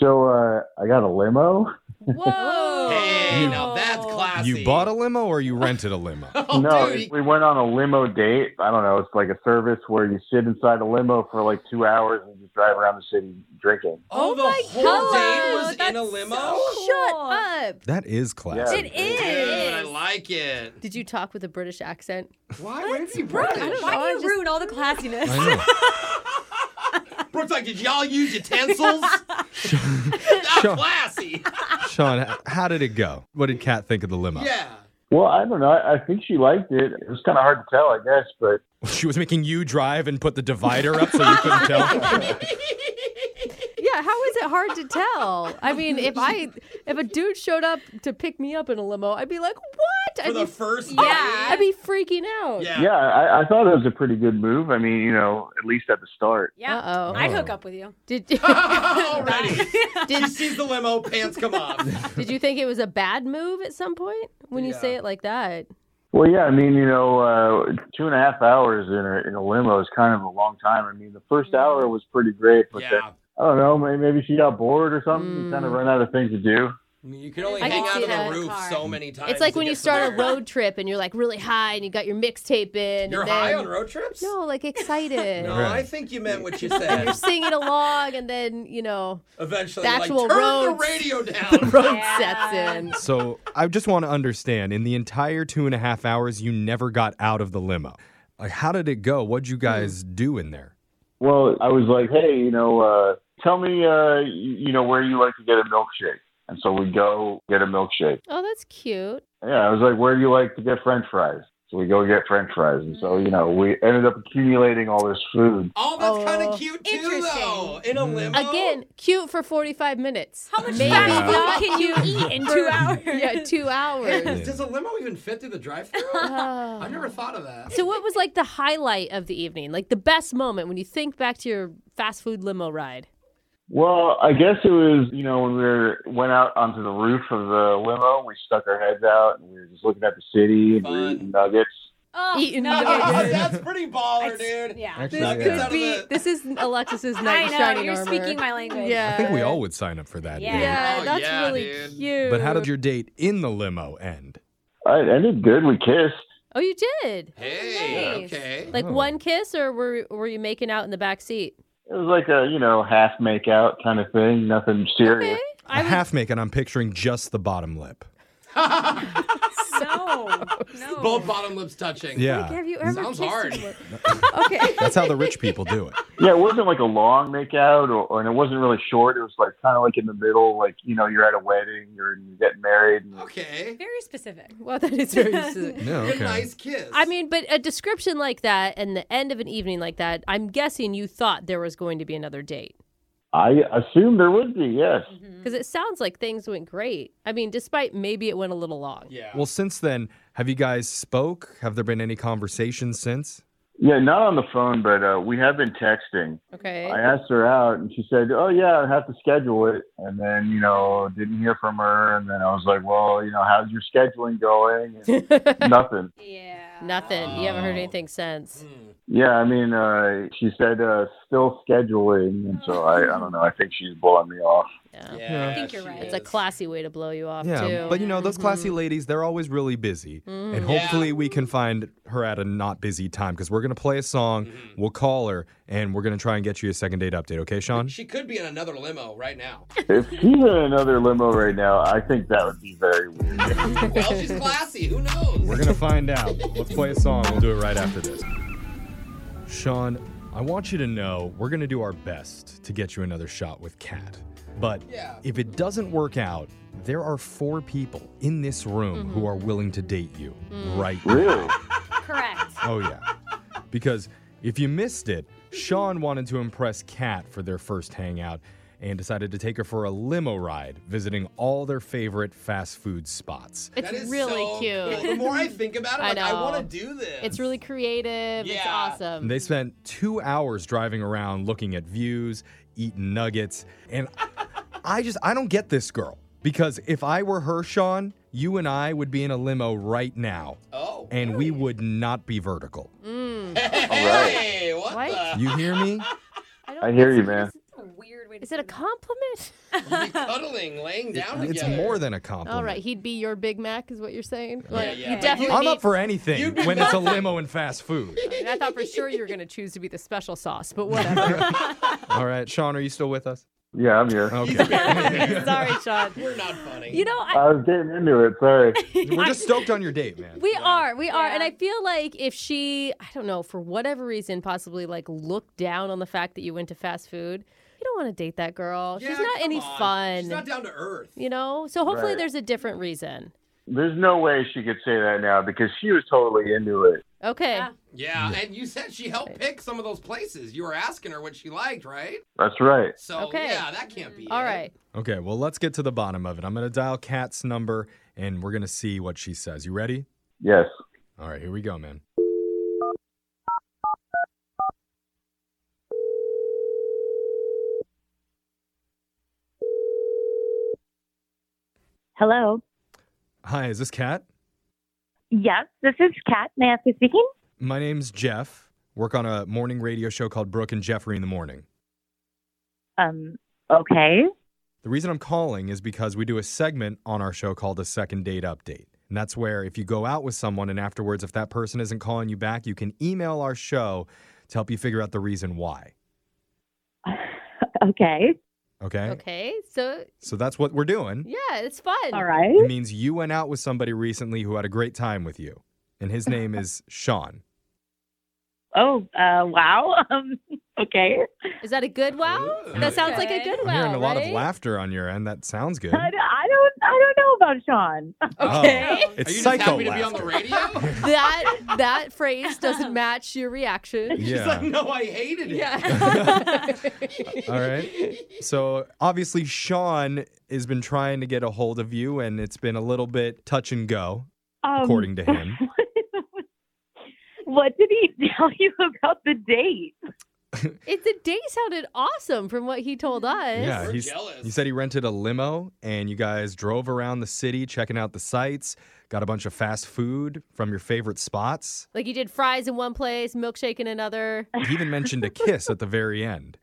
so uh, I got a limo. Hey, now that's classy. You bought a limo or you rented a limo? no, we went on a limo date. I don't know. It's like a service where you sit inside a limo for like two hours and you drive around the city drinking. Oh, the whole date was in a limo. Shut up. That is classy. It is. Dude, I like it. Did you talk with a British accent? Why? Why did you British? Why do you ruin all the classiness? Brooke's like, did y'all use utensils? Not Sean- classy. Sean, h- how did it go? What did Kat think of the limo? Yeah. Well, I don't know. I, I think she liked it. It was kind of hard to tell, I guess, but She was making you drive and put the divider up so you couldn't tell. Yeah, how is it hard to tell? I mean, if I if a dude showed up to pick me up in a limo, I'd be like, "What?" For I'd the be, first yeah, I'd be freaking out. yeah, I, I thought it was a pretty good move. I mean, you know, at least at the start. Yeah. Uh-oh. I'd hook up with you. Did Oh, Already. she sees the limo, pants come off. Did you think it was a bad move at some point when you say it like that? Well, yeah, I mean, you know, uh, two and a half hours in a, in a limo is kind of a long time. I mean, the first hour was pretty great, but then, I don't know, may- maybe she got bored or something. You kind of run out of things to do. You can only I hang can out see on that. the roof so many times. it's like to when you get start a somewhere. road trip and you're like really high and you got your mixtape in. You're and high then- on road trips? No, like excited. No, I think you meant what you said. You're singing along, and then you know Eventually, the you're like, actual turn road. the radio down. the road sets in. So I just want to understand in the entire two and a half hours, you never got out of the limo. Like, how did it go? What'd Hmm. you guys do in there? Well, I was like, hey, you know, uh, tell me, uh, you, you know, where you like to get a milkshake. And so we go get a milkshake. Oh, that's cute. Yeah, I was like, where do you like to get French fries? So we go get French fries. And so, you know, we ended up accumulating all this food. Oh, that's kind of cute too, though. In a limo. Again, cute for 45 minutes. How much fast food can you eat in two hours? Yeah, two hours. Does a limo even fit through the drive-thru? I've never thought of that. So, what was like the highlight of the evening? Like the best moment when you think back to your fast food limo ride? Well, I guess it was, you know, when we were, went out onto the roof of the limo, we stuck our heads out and we were just looking at the city and we were eating nuggets. Oh, Eating no, nuggets. that's pretty baller, dude. Yeah. Actually, This yeah. could be. This is Alexis's I night know, shining you're armor. speaking my language. Yeah. I think we all would sign up for that. Yeah, date. that's really cute. But how did your date in the limo end? It ended good. We kissed. Oh, you did. Hey, Nice. okay. Like one kiss, or were were you making out in the back seat? It was like a, you know, half make out kind of thing, nothing serious. A half make, and I'm picturing just the bottom lip. no, no. Both bottom lips touching. Yeah. Like, have you ever Sounds kissed hard. okay. That's how the rich people do it. Yeah, it wasn't like a long make out or, or- and it wasn't really short. It was like kind of like in the middle, like, you know, you're at a wedding, you're, you're getting married. And, Okay. Very specific. Well, that is very specific. Yeah, Good okay. nice kiss. I mean, but a description like that and the end of an evening like that, I'm guessing you thought there was going to be another date I assume there would be, yes. because it sounds like things went great. I mean, despite maybe it went a little long. Yeah. Well, since then, have you guys spoke? Have there been any conversations since? Yeah, not on the phone, but uh, we have been texting. Okay. I asked her out, and she said, "Oh yeah, I have to schedule it." And then you know, didn't hear from her, and then I was like, "Well, you know, how's your scheduling going?" And nothing. Nothing. You haven't heard anything since. Yeah, I mean, uh, she said uh, still scheduling, and so I, I don't know. I think she's blowing me off. Yeah, I think you're right. It's a classy way to blow you off, yeah, too. but you know those classy ladies, they're always really busy, Mhm. and Yeah. hopefully we can find her at a not busy time because we're gonna play a song, we'll call her, and we're gonna try and get you a second date update. Okay, Sean? she could be in another limo right now. if she's in another limo right now, I think that would be very weird. well, she's classy. Who knows? We're gonna find out. Let's play a song. We'll do it right after this. Sean, I want you to know we're gonna do our best to get you another shot with Kat. But if it doesn't work out, there are four people in this room who are willing to date you Mm. right now. Correct. Oh yeah. Because if you missed it, Sean wanted to impress Kat for their first hangout and decided to take her for a limo ride, visiting all their favorite fast food spots. It's That is really so cute. cool. The more I think about it, I like, I, know. want to do this. It's really creative. It's Yeah. awesome. And they spent two hours driving around looking at views, eating nuggets, and I just I don't get this girl. Because if I were her, Sean, you and I would be in a limo right now. Oh. And we would not be vertical. Mm. Hey, what, the? You hear me? I hear you, man. Is it a compliment? Cuddling, laying down It's together. more than a compliment. All right, he'd be your Big Mac, is what you're saying. Yeah, Like, yeah. You definitely. I'm need- up for anything when it's a limo and fast food. I, mean, I thought for sure you were going to choose to be the special sauce, but whatever. All right, Sean, are you still with us? Yeah, I'm here. Okay. Sorry, Sean. We're not funny. You know, I, I was getting into it. Sorry. We're just stoked on your date, man. We are, we are, and I feel like if she, I don't know, for whatever reason, possibly like looked down on the fact that you went to fast food, you don't want to date that girl. Yeah, She's not come any on. fun. She's not down to earth. you know, so hopefully Right. there's a different reason. There's no way she could say that now because she was totally into it. Okay. Yeah, and you said she helped pick some of those places. You were asking her what she liked, right? That's right. So Okay. yeah, that can't be. All it. right. Okay, well, let's get to the bottom of it. I'm going to dial Kat's number and we're going to see what she says. You ready? Yes. All right, here we go, man. Hello. Hi, is this Kat? Yes, this is Kat Nancy speaking. My name's Jeff. Work on a morning radio show called Brooke and Jeffrey in the Morning. Um, okay. The reason I'm calling is because we do a segment on our show called a second date update. And that's where if you go out with someone and afterwards, if that person isn't calling you back, you can email our show to help you figure out the reason why. Okay. Okay? Okay. So, So that's what we're doing. yeah, it's fun. All right. It means you went out with somebody recently who had a great time with you. And his name is Sean. oh, uh, wow. Um, okay. Is that a good wow? That sounds like a good I'm wow. hearing a lot right? of laughter on your end. That sounds good. I don't, I don't, I don't know about Sean. Okay. It's Are you just psycho happy to laughter. be on the radio? that that phrase doesn't match your reaction. She's Yeah. like, no, I hated it. All right. So obviously, Sean has been trying to get a hold of you, and it's been a little bit touch and go, Um, according to him. What did he tell you about the date? It, the date sounded awesome from what he told Mm-hmm. us. yeah, he's, he said he rented a limo, and you guys drove around the city checking out the sights, got a bunch of fast food from your favorite spots. Like you did fries in one place, milkshake in another. He even mentioned a kiss at the very end.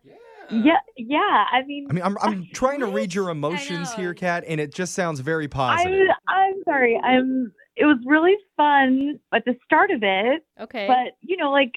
Yeah, yeah. I mean, I mean, I'm, I'm trying to read your emotions here, Kat, and it just sounds very positive. I'm, I'm sorry. I'm. It was really fun at the start of it. Okay. But you know, like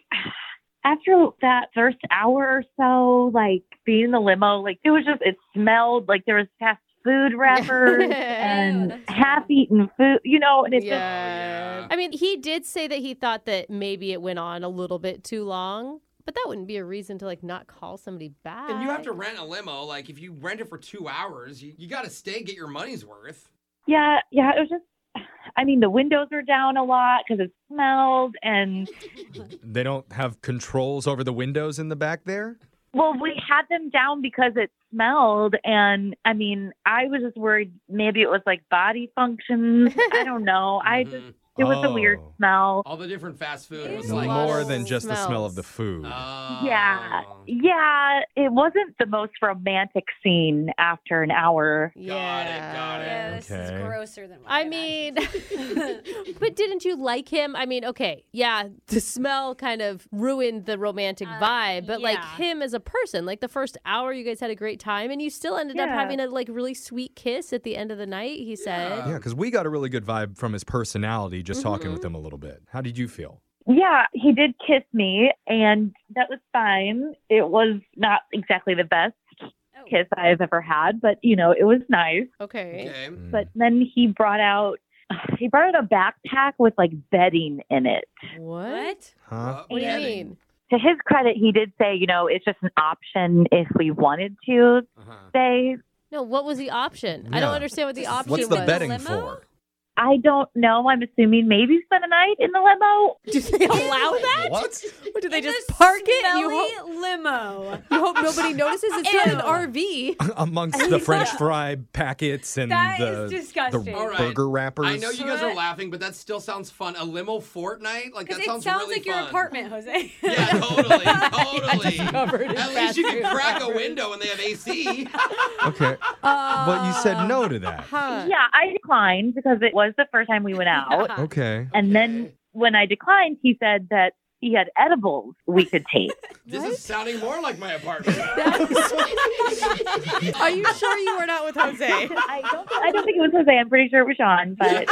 after that first hour or so, like being in the limo, like it was just it smelled like there was fast food wrappers and half-eaten food. You know, and it's Oh, yeah. I mean, he did say that he thought that maybe it went on a little bit too long, but that wouldn't be a reason to like not call somebody back. And you have to rent a limo. Like, if you rent it for two hours, you, you got to stay and get your money's worth. Yeah, yeah, it was just. I mean, the windows were down a lot because it smelled, and They don't have controls over the windows in the back there? well, we had them down because it smelled, and I mean, I was just worried maybe it was like body functions. I don't know. I just it was a weird Oh. smell. All the different fast food was No like more than just the smell of the food. Oh. Oh. Yeah, yeah, it wasn't the most romantic scene after an hour. Yeah. Yeah, this is Okay. grosser than. I mean, but didn't you like him? I mean, okay, yeah, the smell kind of ruined the romantic vibe, but like Uh, yeah. him as a person, like the first hour you guys had a great time and you still ended up Yeah. having a like really sweet kiss at the end of the night, he said. Yeah, because we got a really good vibe from his personality just talking Mm-hmm. with him a little bit. How did you feel? Yeah, he did kiss me, and that was fine. It was not exactly the best kiss I've ever had, but you know, it was nice. Okay. But then he brought out he brought out a backpack with like bedding in it. What? Huh? What do you mean? To his credit, he did say, you know, it's just an option if we wanted to stay. No, what was the option? I don't Yeah. understand what the option What's the was. betting for? I don't know. I'm assuming maybe spend the night in the limo. Do they allow that? What? Or do they just park it? and You hope, limo. you hope nobody notices it's not an RV. Amongst the French fry packets and That the, is disgusting. the All right. burger wrappers. I know you guys are laughing, but that still sounds fun. A limo fortnight? Like, Because that it sounds, sounds, really like fun. your apartment, Jose. At least you can crack a window when they have AC. Okay. but you said no to that. Yeah, I declined because it was the first time we went out. Okay. And then when I declined, he said that he had edibles we could take. This is sounding more like my apartment. Are you sure you were not with Jose? I don't, I don't think it was Jose. I'm pretty sure it was Sean, but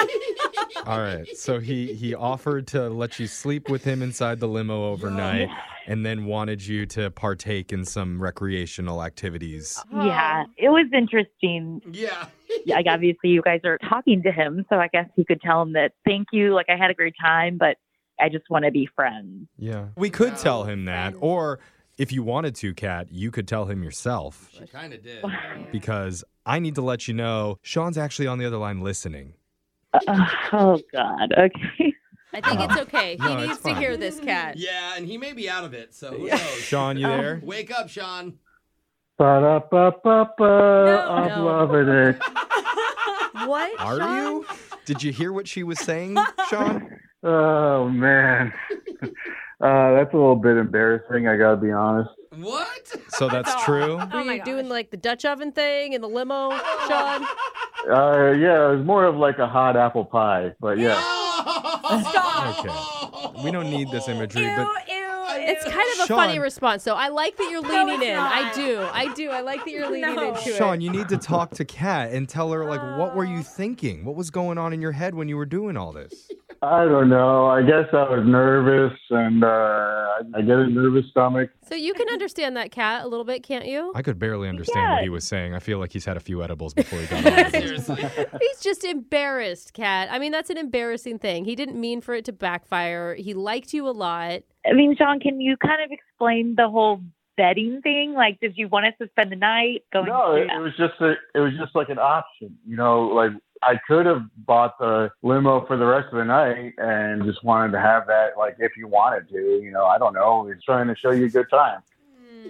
All right. So he he offered to let you sleep with him inside the limo overnight and then wanted you to partake in some recreational activities. yeah, it was interesting. Yeah. Like, obviously, you guys are talking to him, so I guess you could tell him that thank you. Like, I had a great time, but I just want to be friends. Yeah. We could tell him that or if you wanted to, Kat, you could tell him yourself She kind of did. because I need to let you know Sean's actually on the other line listening. oh god. Okay. I think it's okay. No, he it's needs to fine. hear this cat. Yeah, and he may be out of it, so who knows? Oh. Sean, you there? Wake up, Sean. Ba-da-ba-ba-ba, I'm no. loving it. What? Are you? Did you hear what she was saying, Sean? Oh man, uh, that's a little bit embarrassing. I gotta be honest. So that's true. Oh Were you doing like the Dutch oven thing in the limo, Sean? Uh, yeah, it was more of like a hot apple pie, but yeah. Okay. We don't need this imagery, but It's kind of a Sean- funny response, though. I like that you're leaning it's in. I do. I do. I like that you're leaning No. into Sean, it. you need to talk to Kat and tell her like what were you thinking? What was going on in your head when you were doing all this? I don't know. I guess I was nervous, and uh, I get a nervous stomach. So you can understand that cat a little bit, can't you? I could barely understand what he was saying. I feel like he's had a few edibles before he got on. Seriously. He's just embarrassed, cat. I mean, that's an embarrassing thing. He didn't mean for it to backfire. He liked you a lot. I mean, Sean, can you kind of explain the whole bedding thing? Like, did you want us to spend the night going? No, it, it was just a, it was just like an option, you know. Like I could have bought the limo for the rest of the night and just wanted to have that, like if you wanted to, you know. I don't know. It's trying to show you a good time.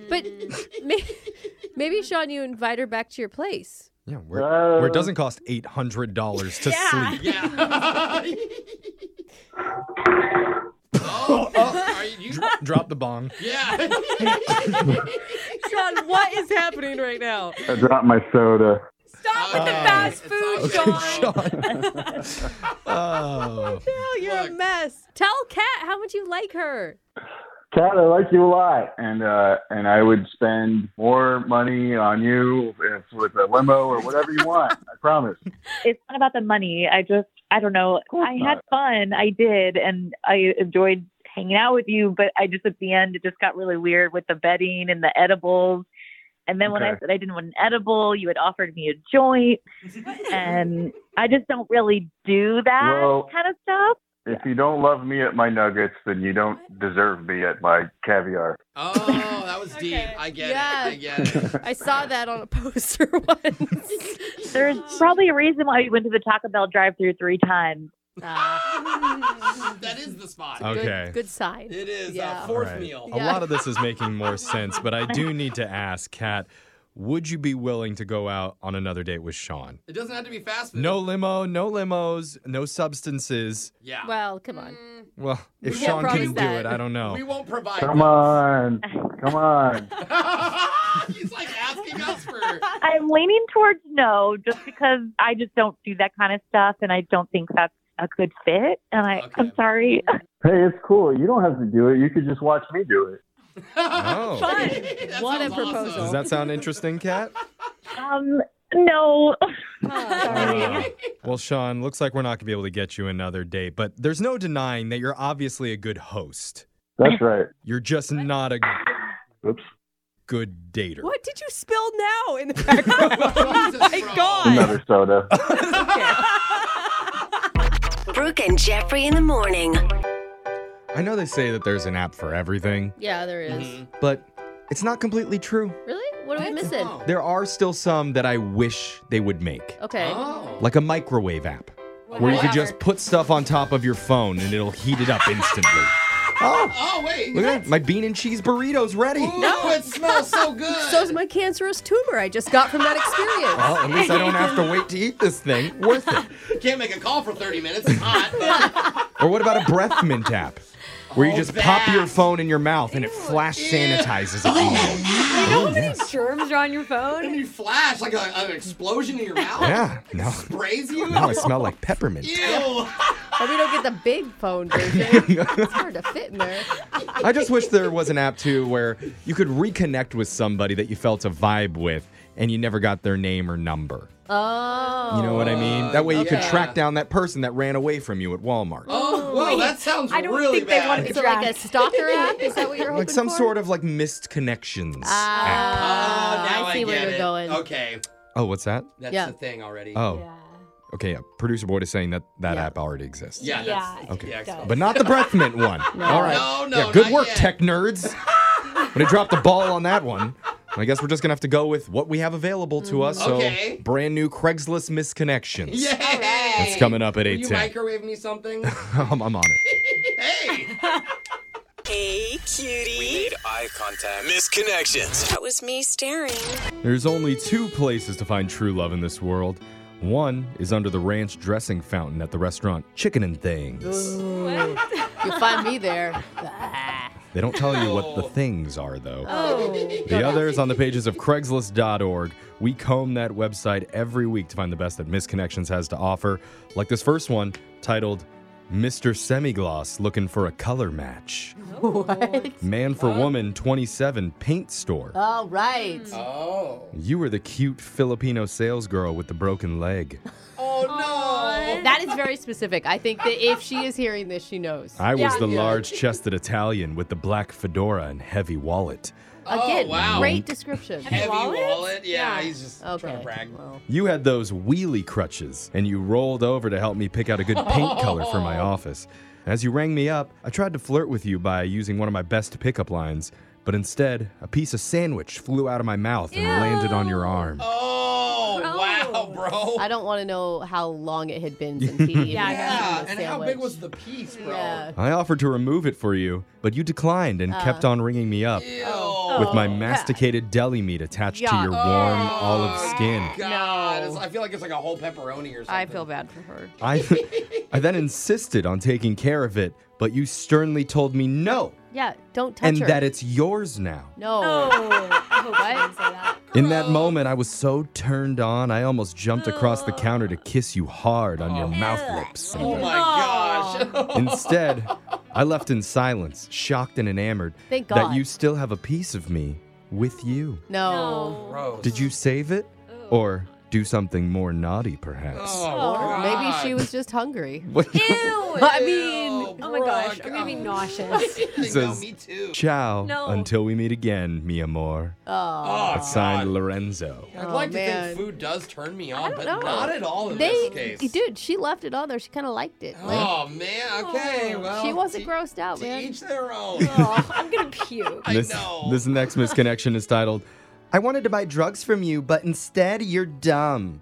But Mm. may- maybe, Sean, you invite her back to your place. Yeah, where, where it doesn't cost eight hundred dollars to sleep. Oh, are you? Drop the bong. Yeah. Sean, what is happening right now? I dropped my soda. Stop with the Uh, fast food, Sean. Oh. No, you're a mess. Tell Kat how much you like her. Kat, I like you a lot, and uh, and I would spend more money on you if with a limo or whatever you want. I promise. It's not about the money. I just, I don't know. I had fun. I did, and I enjoyed hanging out with you. But I just, at the end, it just got really weird with the bedding and the edibles. And then when I Okay. said I didn't want an edible, you had offered me a joint, and I just don't really do that Well- kind of stuff. If you don't love me at my nuggets, then you don't deserve me at my caviar. Oh, that was deep. I get yeah. it. I get it. I saw that on a poster once. There's probably a reason why you went to the Taco Bell drive-through three times. that is the spot. Okay. Ah. Good side. It is Yeah. a fourth All right. meal. A lot of this is making more sense, but I do need to ask, Kat, would you be willing to go out on another date with Sean? It doesn't have to be fast food. No limo, no limos, no substances. Yeah. Well, come on. Well, if We Sean won't can do promise it, I don't know. We won't provide. Come on, come on. He's like asking us for. I'm leaning towards no, just because I just don't do that kind of stuff, and I don't think that's a good fit. And I, I'm sorry. Hey, it's cool. You don't have to do it. You could just watch me do it. Oh. what a proposal. Does that sound interesting, Kat? Um, no. Well, Sean, looks like we're not going to be able to get you another date, but there's no denying that you're obviously a good host. That's right. You're just not a Oops. good dater. What did you spill now in the background? oh my God. Another soda. Brooke and Jeffrey in the morning. I know they say that there's an app for everything, Yeah, there is. but it's not completely true. Mm-hmm. Really? What are we missing? There are still some that I wish they would make, Okay. Oh. like a microwave app, where you could just put stuff on top of your phone and it'll heat it up instantly. Oh. Oh wait. Look at that. My bean and cheese burrito's ready. Oh, No, Oh, it smells so good. So's my cancerous tumor I just got from that experience. Well, at least I don't have to wait to eat this thing. Worth it. Can't make a call for 30 minutes. It's hot. Or what about a breath mint app? Where you just pop your phone in your mouth and it flash sanitizes it. Oh, You know how many germs are on your phone? Oh. And you flash like a, an explosion in your mouth. Yeah. No. Sprays you. Now I smell like peppermint. Ew. Oh, But we don't get the big phone version. it's hard to fit in there. I just wish there was an app too where you could reconnect with somebody that you felt a vibe with and you never got their name or number. Oh. You know what I mean? That way you could okay. track down that person that ran away from you at Walmart. Oh, whoa, that sounds I don't really think bad. they want to be So like a stalker app? Is that what you're hoping Like some for? Ah. sort of like missed connections. Ah. Oh, now Uh, I I, see get where you're it. going. Okay. Oh, what's that? That's Yeah. the thing already. Oh. Okay, yeah. producer boy is saying that that app already exists. Yeah. That's, Okay. yeah, it's- But not the breath mint one. No. All right. No, no, yeah, good not work, yet. tech nerds. But I dropped the ball on that one. I guess we're just gonna have to go with what we have available to us. So Okay. brand new Craigslist misconnections. Yay! That's coming up at Will you 8:10. microwave me something? I'm, I'm on it. hey! Hey, cutie. We made eye contact. Misconnections. That was me staring. There's only two places to find true love in this world. One is under the ranch dressing fountain at the restaurant Chicken and Things. You'll find me there. They don't tell you what the things are though. Oh. The other is on the pages of Craigslist.org. We comb that website every week to find the best that Misconnections has to offer, like this first one titled Mr. Semigloss Looking for a Color Match. What? Man for Woman 27 Paint Store. All right. Oh. You were the cute Filipino sales girl with the broken leg. Oh, no! that is very specific. I think that if she is hearing this, she knows. I was the large chested Italian with the black fedora and heavy wallet. Again, Oh, wow. great description. Heavy wallet? Yeah, he's just trying to brag. You had those wheelie crutches, and you rolled over to help me pick out a good paint color for my office. As you rang me up, I tried to flirt with you by using one of my best pickup lines, but instead, a piece of sandwich flew out of my mouth and landed on your arm. Oh, wow, bro. I don't want to know how long it had been since he even Yeah, had the and how big sandwich. was the piece, bro? I offered to remove it for you, but you declined and Uh. kept on ringing me up with my masticated deli meat attached to Oh. Yuck. your warm Oh, olive skin. God, it's- I feel like it's like a whole pepperoni or something. I feel bad for her. I, I then insisted on taking care of it, but you sternly told me no Yeah, don't touch and her. that it's yours now. no. Oh, In that moment, I was so turned on, I almost jumped across the counter to kiss you hard on your mouth lips. Oh my gosh. Instead, I left in silence, shocked and enamored Thank that God. you still have a piece of me with you. No. Did you save it? Or do something more naughty, perhaps? Oh, maybe she was just hungry. What- I mean, Oh my gosh, I'm gonna be nauseous. It says, Ciao, until we meet again, mi amor. Oh, That's signed Lorenzo. I'd Oh, like to man. think food does turn me on, but No. not at all in they, this case. Dude, she left it on there. She kind of liked it. Like, Oh man, okay, well. she wasn't to- e grossed out, to man. each their own. I'm gonna puke. This, this next misconnection is titled, I wanted to buy drugs from you, but instead you're dumb.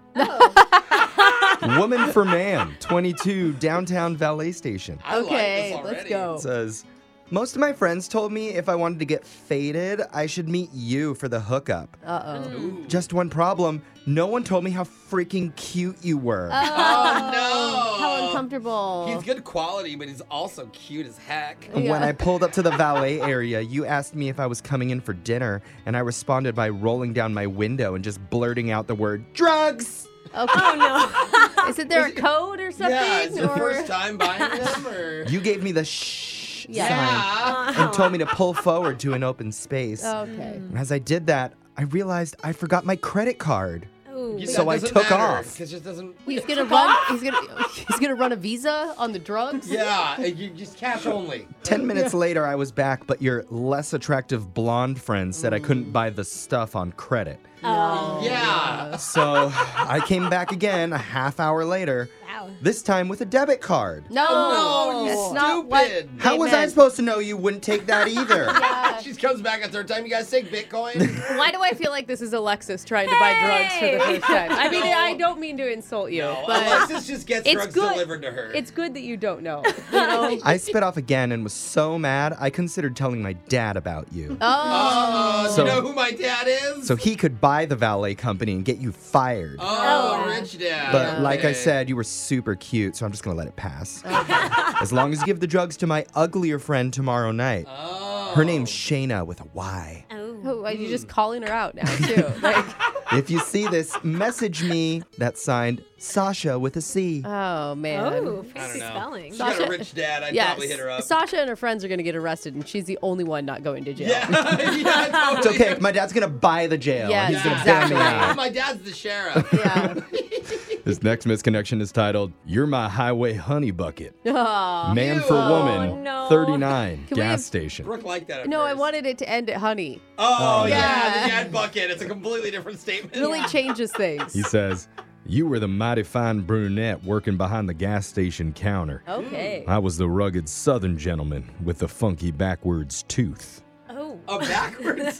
Woman for Man, 22, downtown valet station. I okay, like this let's It says, Most of my friends told me if I wanted to get faded, I should meet you for the hookup. Uh oh. Just one problem no one told me how freaking cute you were. Oh, Oh, How uncomfortable. He's good quality, but he's also cute as heck. When I pulled up to the valet area, you asked me if I was coming in for dinner, and I responded by rolling down my window and just blurting out the word drugs. Okay. Oh no. Isn't there a code or something? Yeah, it's your or- first time buying them, or You gave me the shh Yeah. sign and told me to pull forward to an open space. Okay. Mm. As I did that, I realized I forgot my credit card. You- So that I doesn't took matter, off. 'cause it just doesn't. He's gonna run. He's gonna. He's gonna run a visa on the drugs. Yeah, you just cash only. Ten minutes later, I was back, but your less attractive blonde friend said I couldn't buy the stuff on credit. Oh. Yeah. So I came back again a half hour later, this time with a debit card. No. Oh, no, you that's not what. stupid. How was I supposed to know you wouldn't take that either? she comes back a third time. You guys take Bitcoin. Why do I feel like this is Alexis trying to buy drugs for the first time? I mean, No. I don't mean to insult you, No, but Alexis just gets it's drugs good. delivered to her. It's good that you don't know. you know? I spit off again and was so mad, I considered telling my dad about you. Oh, So- you know who my dad is? So he could buy the valet company and get you fired. Oh, rich dad. But like I Okay. said, you were super cute, so I'm just gonna let it pass. as long as you give the drugs to my uglier friend tomorrow night. Oh. Her name's Shayna with a Y. Oh, are you just Hmm. calling her out now too? Like, If you see this, message me. That's signed Sasha with a C. oh man. Oh, fancy spelling. She got a rich dad. I'd Yes. probably hit her up. Sasha and her friends are going to get arrested, and she's the only one not going to jail. It's okay. My dad's gonna buy the jail. Yes, He's gonna bail exactly. me out. Oh, my dad's the sheriff. This next misconnection is titled "You're My Highway Honey Bucket." Aw. Oh, Man for woman, 39, Can we gas have- station. Brooke liked that. No, I wanted it to end at honey. Oh, Oh, yeah. yeah. the dad bucket. It's a completely different statement. Really changes things. He says, You were the mighty fine brunette working behind the gas station counter. Okay. I was the rugged southern gentleman with the funky backwards tooth. Oh. A backwards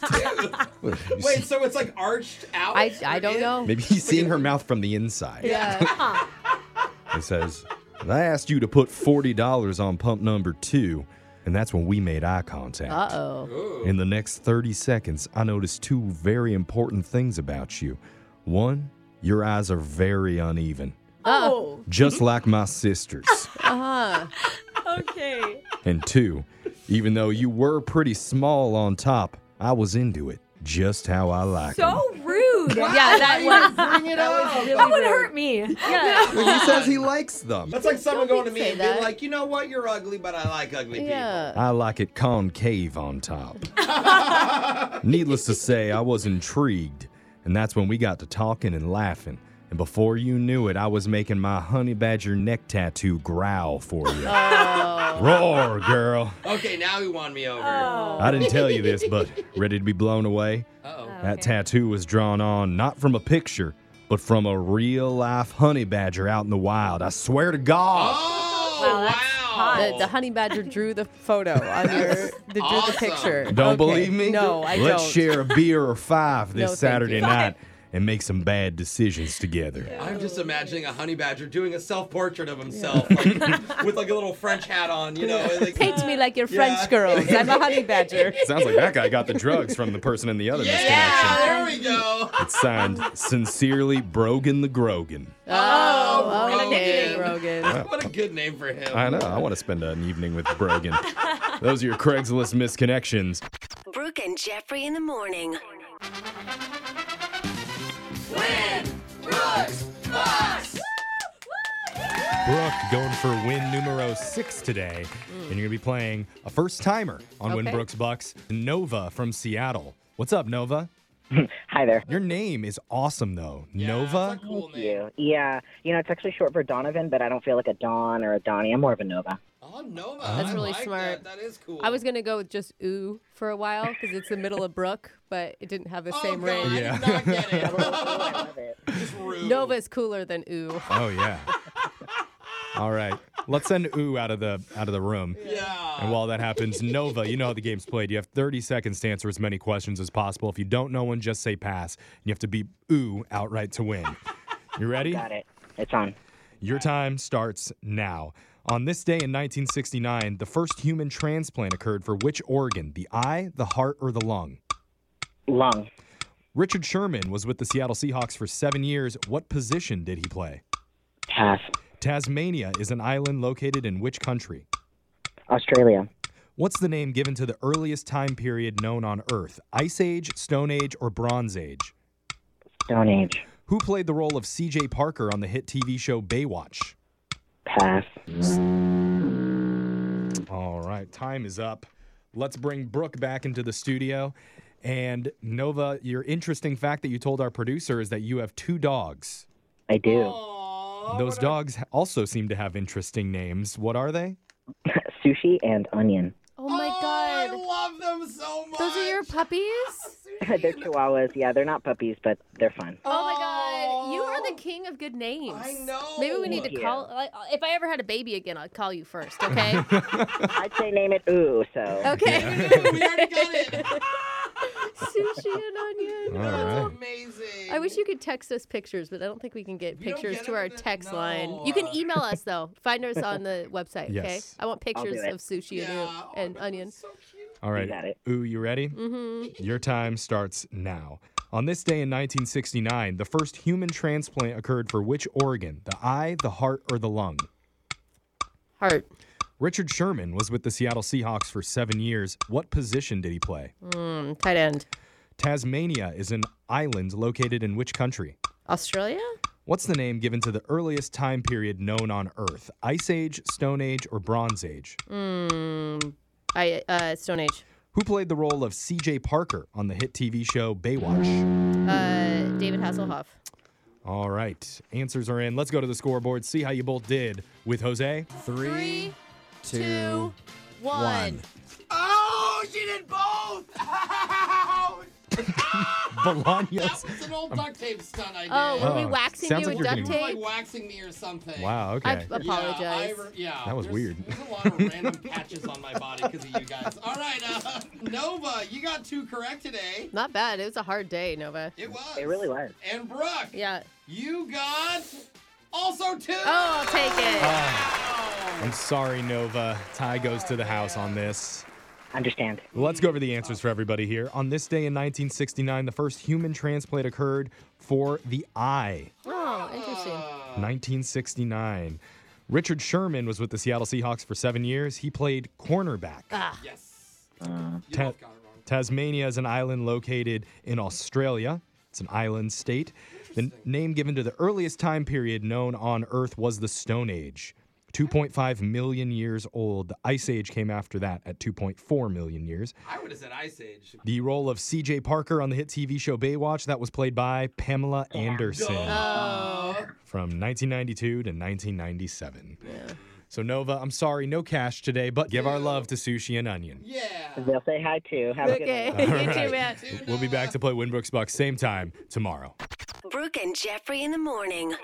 too. Wait, Wait, so it's like arched out? I, I don't know. Maybe he's seeing her mouth from the inside. Oh, Uh-huh. Yeah. He says, I asked you to put $40 on pump number two, and that's when we made eye contact. uh oh. In the next 30 seconds, I noticed two very important things about you. One, your eyes are very uneven, Oh. just like my sister's. Uh huh. okay. And two, even though you were pretty small on top, I was into it just how I like it. So rude. Wow. Yeah, that was- Bring it that was up. really That would rude. hurt me. Yeah. Well, he says he likes them. That's like someone Don't going to me say and that. being like, you know what? You're ugly, but I like ugly Yeah. I like it concave on top. Needless to say, I was intrigued, and that's when we got to talking and laughing. And before you knew it, I was making my honey badger neck tattoo growl for you. Oh. Roar, girl. Okay, now he won me over. I didn't tell you this, but ready to be blown away? Uh-oh. Oh, That tattoo was drawn on not from a picture, but from a real life honey badger out in the wild. I swear to God. Oh, wow, that's hot. The, the honey badger drew the photo on your the, drew the picture. Don't Okay, believe me? No, I Let's don't. share a beer or five No, this thank Saturday you. night and make some bad decisions together. I'm just imagining a honey badger doing a self portrait of himself like, with like a little French hat on, you know. and, Like, Paint me like your Yeah. French girls. I'm a honey badger. Sounds like that guy got the drugs from the person in the other Yeah, misconnection. there we go. It's signed, Sincerely Brogan the Grogan. Oh, Brogan. okay, Brogan. What a good name for him. I know. I want to spend an evening with Brogan. Those are your Craigslist misconnections. Mm. Brooke and Jeffrey in the morning. Brooke going for win numero six today. And you're going to be playing a first timer on Win Okay. Brooks Bucks, Nova from Seattle. What's up, Nova? Hi there. Your name is awesome, though. Nova? Thank you. Yeah. You know, it's actually short for Donovan, but I don't feel like a Don or a Donnie. I'm more of a Nova. That's really smart. That is cool. I was gonna go with just ooh for a while because it's the middle of Brook, but it didn't have the same ring. Nova is cooler than ooh. Oh, yeah. All right. Let's send ooh out of the out of the room. Yeah. And while that happens, Nova, you know how the game's played. You have 30 seconds to answer as many questions as possible. If you don't know one, just say pass. And you have to beat ooh outright to win. You ready? Got it. It's on. Your time starts now. On this day in 1969, the first human transplant occurred for which organ? The eye, the heart, or the lung? Lung. Richard Sherman was with the Seattle Seahawks for seven years. What position did he play? Pass. Tasmania is an island located in which country? Australia. What's the name given to the earliest time period known on Earth? Ice Age, Stone Age, or Bronze Age? Stone Age. Who played the role of C.J. Parker on the hit TV show Baywatch? Pass. All right, time is up. Let's bring Brooke back into the studio. And Nova, your interesting fact that you told our producer is that you have two dogs. I do. Those dogs also seem to have interesting names. What are they? Sushi and onion. Oh my god. I love them so much. Those are your puppies? they're chihuahuas. Yeah, they're not puppies, but they're fun. Oh, my god. You Oh. are the king of good names. I know. Maybe we need Thank to you. call like, uh, if I ever had a baby again, I'll call you first, okay? I'd say name it Ooh, so. Okay. we already got it. Sushi and onion. All That's right. amazing. I wish you could text us pictures, but I don't think we can get pictures to our text line. You can email us though. Find us on the website, okay? Yes. I want I'll do pictures it. of sushi and, Oh oo- and onion. All right. Ooh, you ready? Mhm. Your time starts now. On this day in 1969, the first human transplant occurred for which organ? The eye, the heart, or the lung? Heart. Richard Sherman was with the Seattle Seahawks for seven years. What position did he play? Mm, tight end. Tasmania is an island located in which country? Australia? What's the name given to the earliest time period known on Earth? Ice Age, Stone Age, or Bronze Age? Mm, I uh Stone Age. Who played the role of C.J. Parker on the hit TV show Baywatch? Uh David Hasselhoff. All right, answers are in. Let's go to the scoreboard, see how you both did with Jose. Three, two, one. Oh, she did both. Bolaños. It's an old duct tape stunt I did. Oh, were we Um, Oh, waxing sounds you like with you're duct getting- tape? Like waxing me or something. Wow, okay. I apologize. Yeah, I, re- yeah That was there's- weird. There's a lot of random patches on my body because of you guys. All right, uh, Nova, you got two correct today. Not bad. It was a hard day, Nova. It was. It really was. And Brooke, Yeah. you got also two. Oh, I'll take it. I'm sorry, Nova. Ty goes to the house on this. Understand. Let's go over the answers for everybody here. On this day in 1969, the first human transplant occurred for the eye. Oh, interesting. 1969. Richard Sherman was with the Seattle Seahawks for seven years. He played cornerback. Ah. Yes. Ta- Tasmania is an island located in Australia. It's an island state. The n- name given to the earliest time period known on Earth was the Stone Age. 2.5 million years old. The Ice Age came after that at 2.4 million years. I would have said Ice Age. The role of C.J. Parker on the hit TV show Baywatch that was played by Pamela Anderson Oh. from 1992 to 1997. So Nova, I'm sorry, no cash today, but give our love to Sushi and Onion. They'll say hi too. Have a good All one. right. We'll be back to play Winbrook's Bucks same time tomorrow. Brooke and Jeffrey in the morning.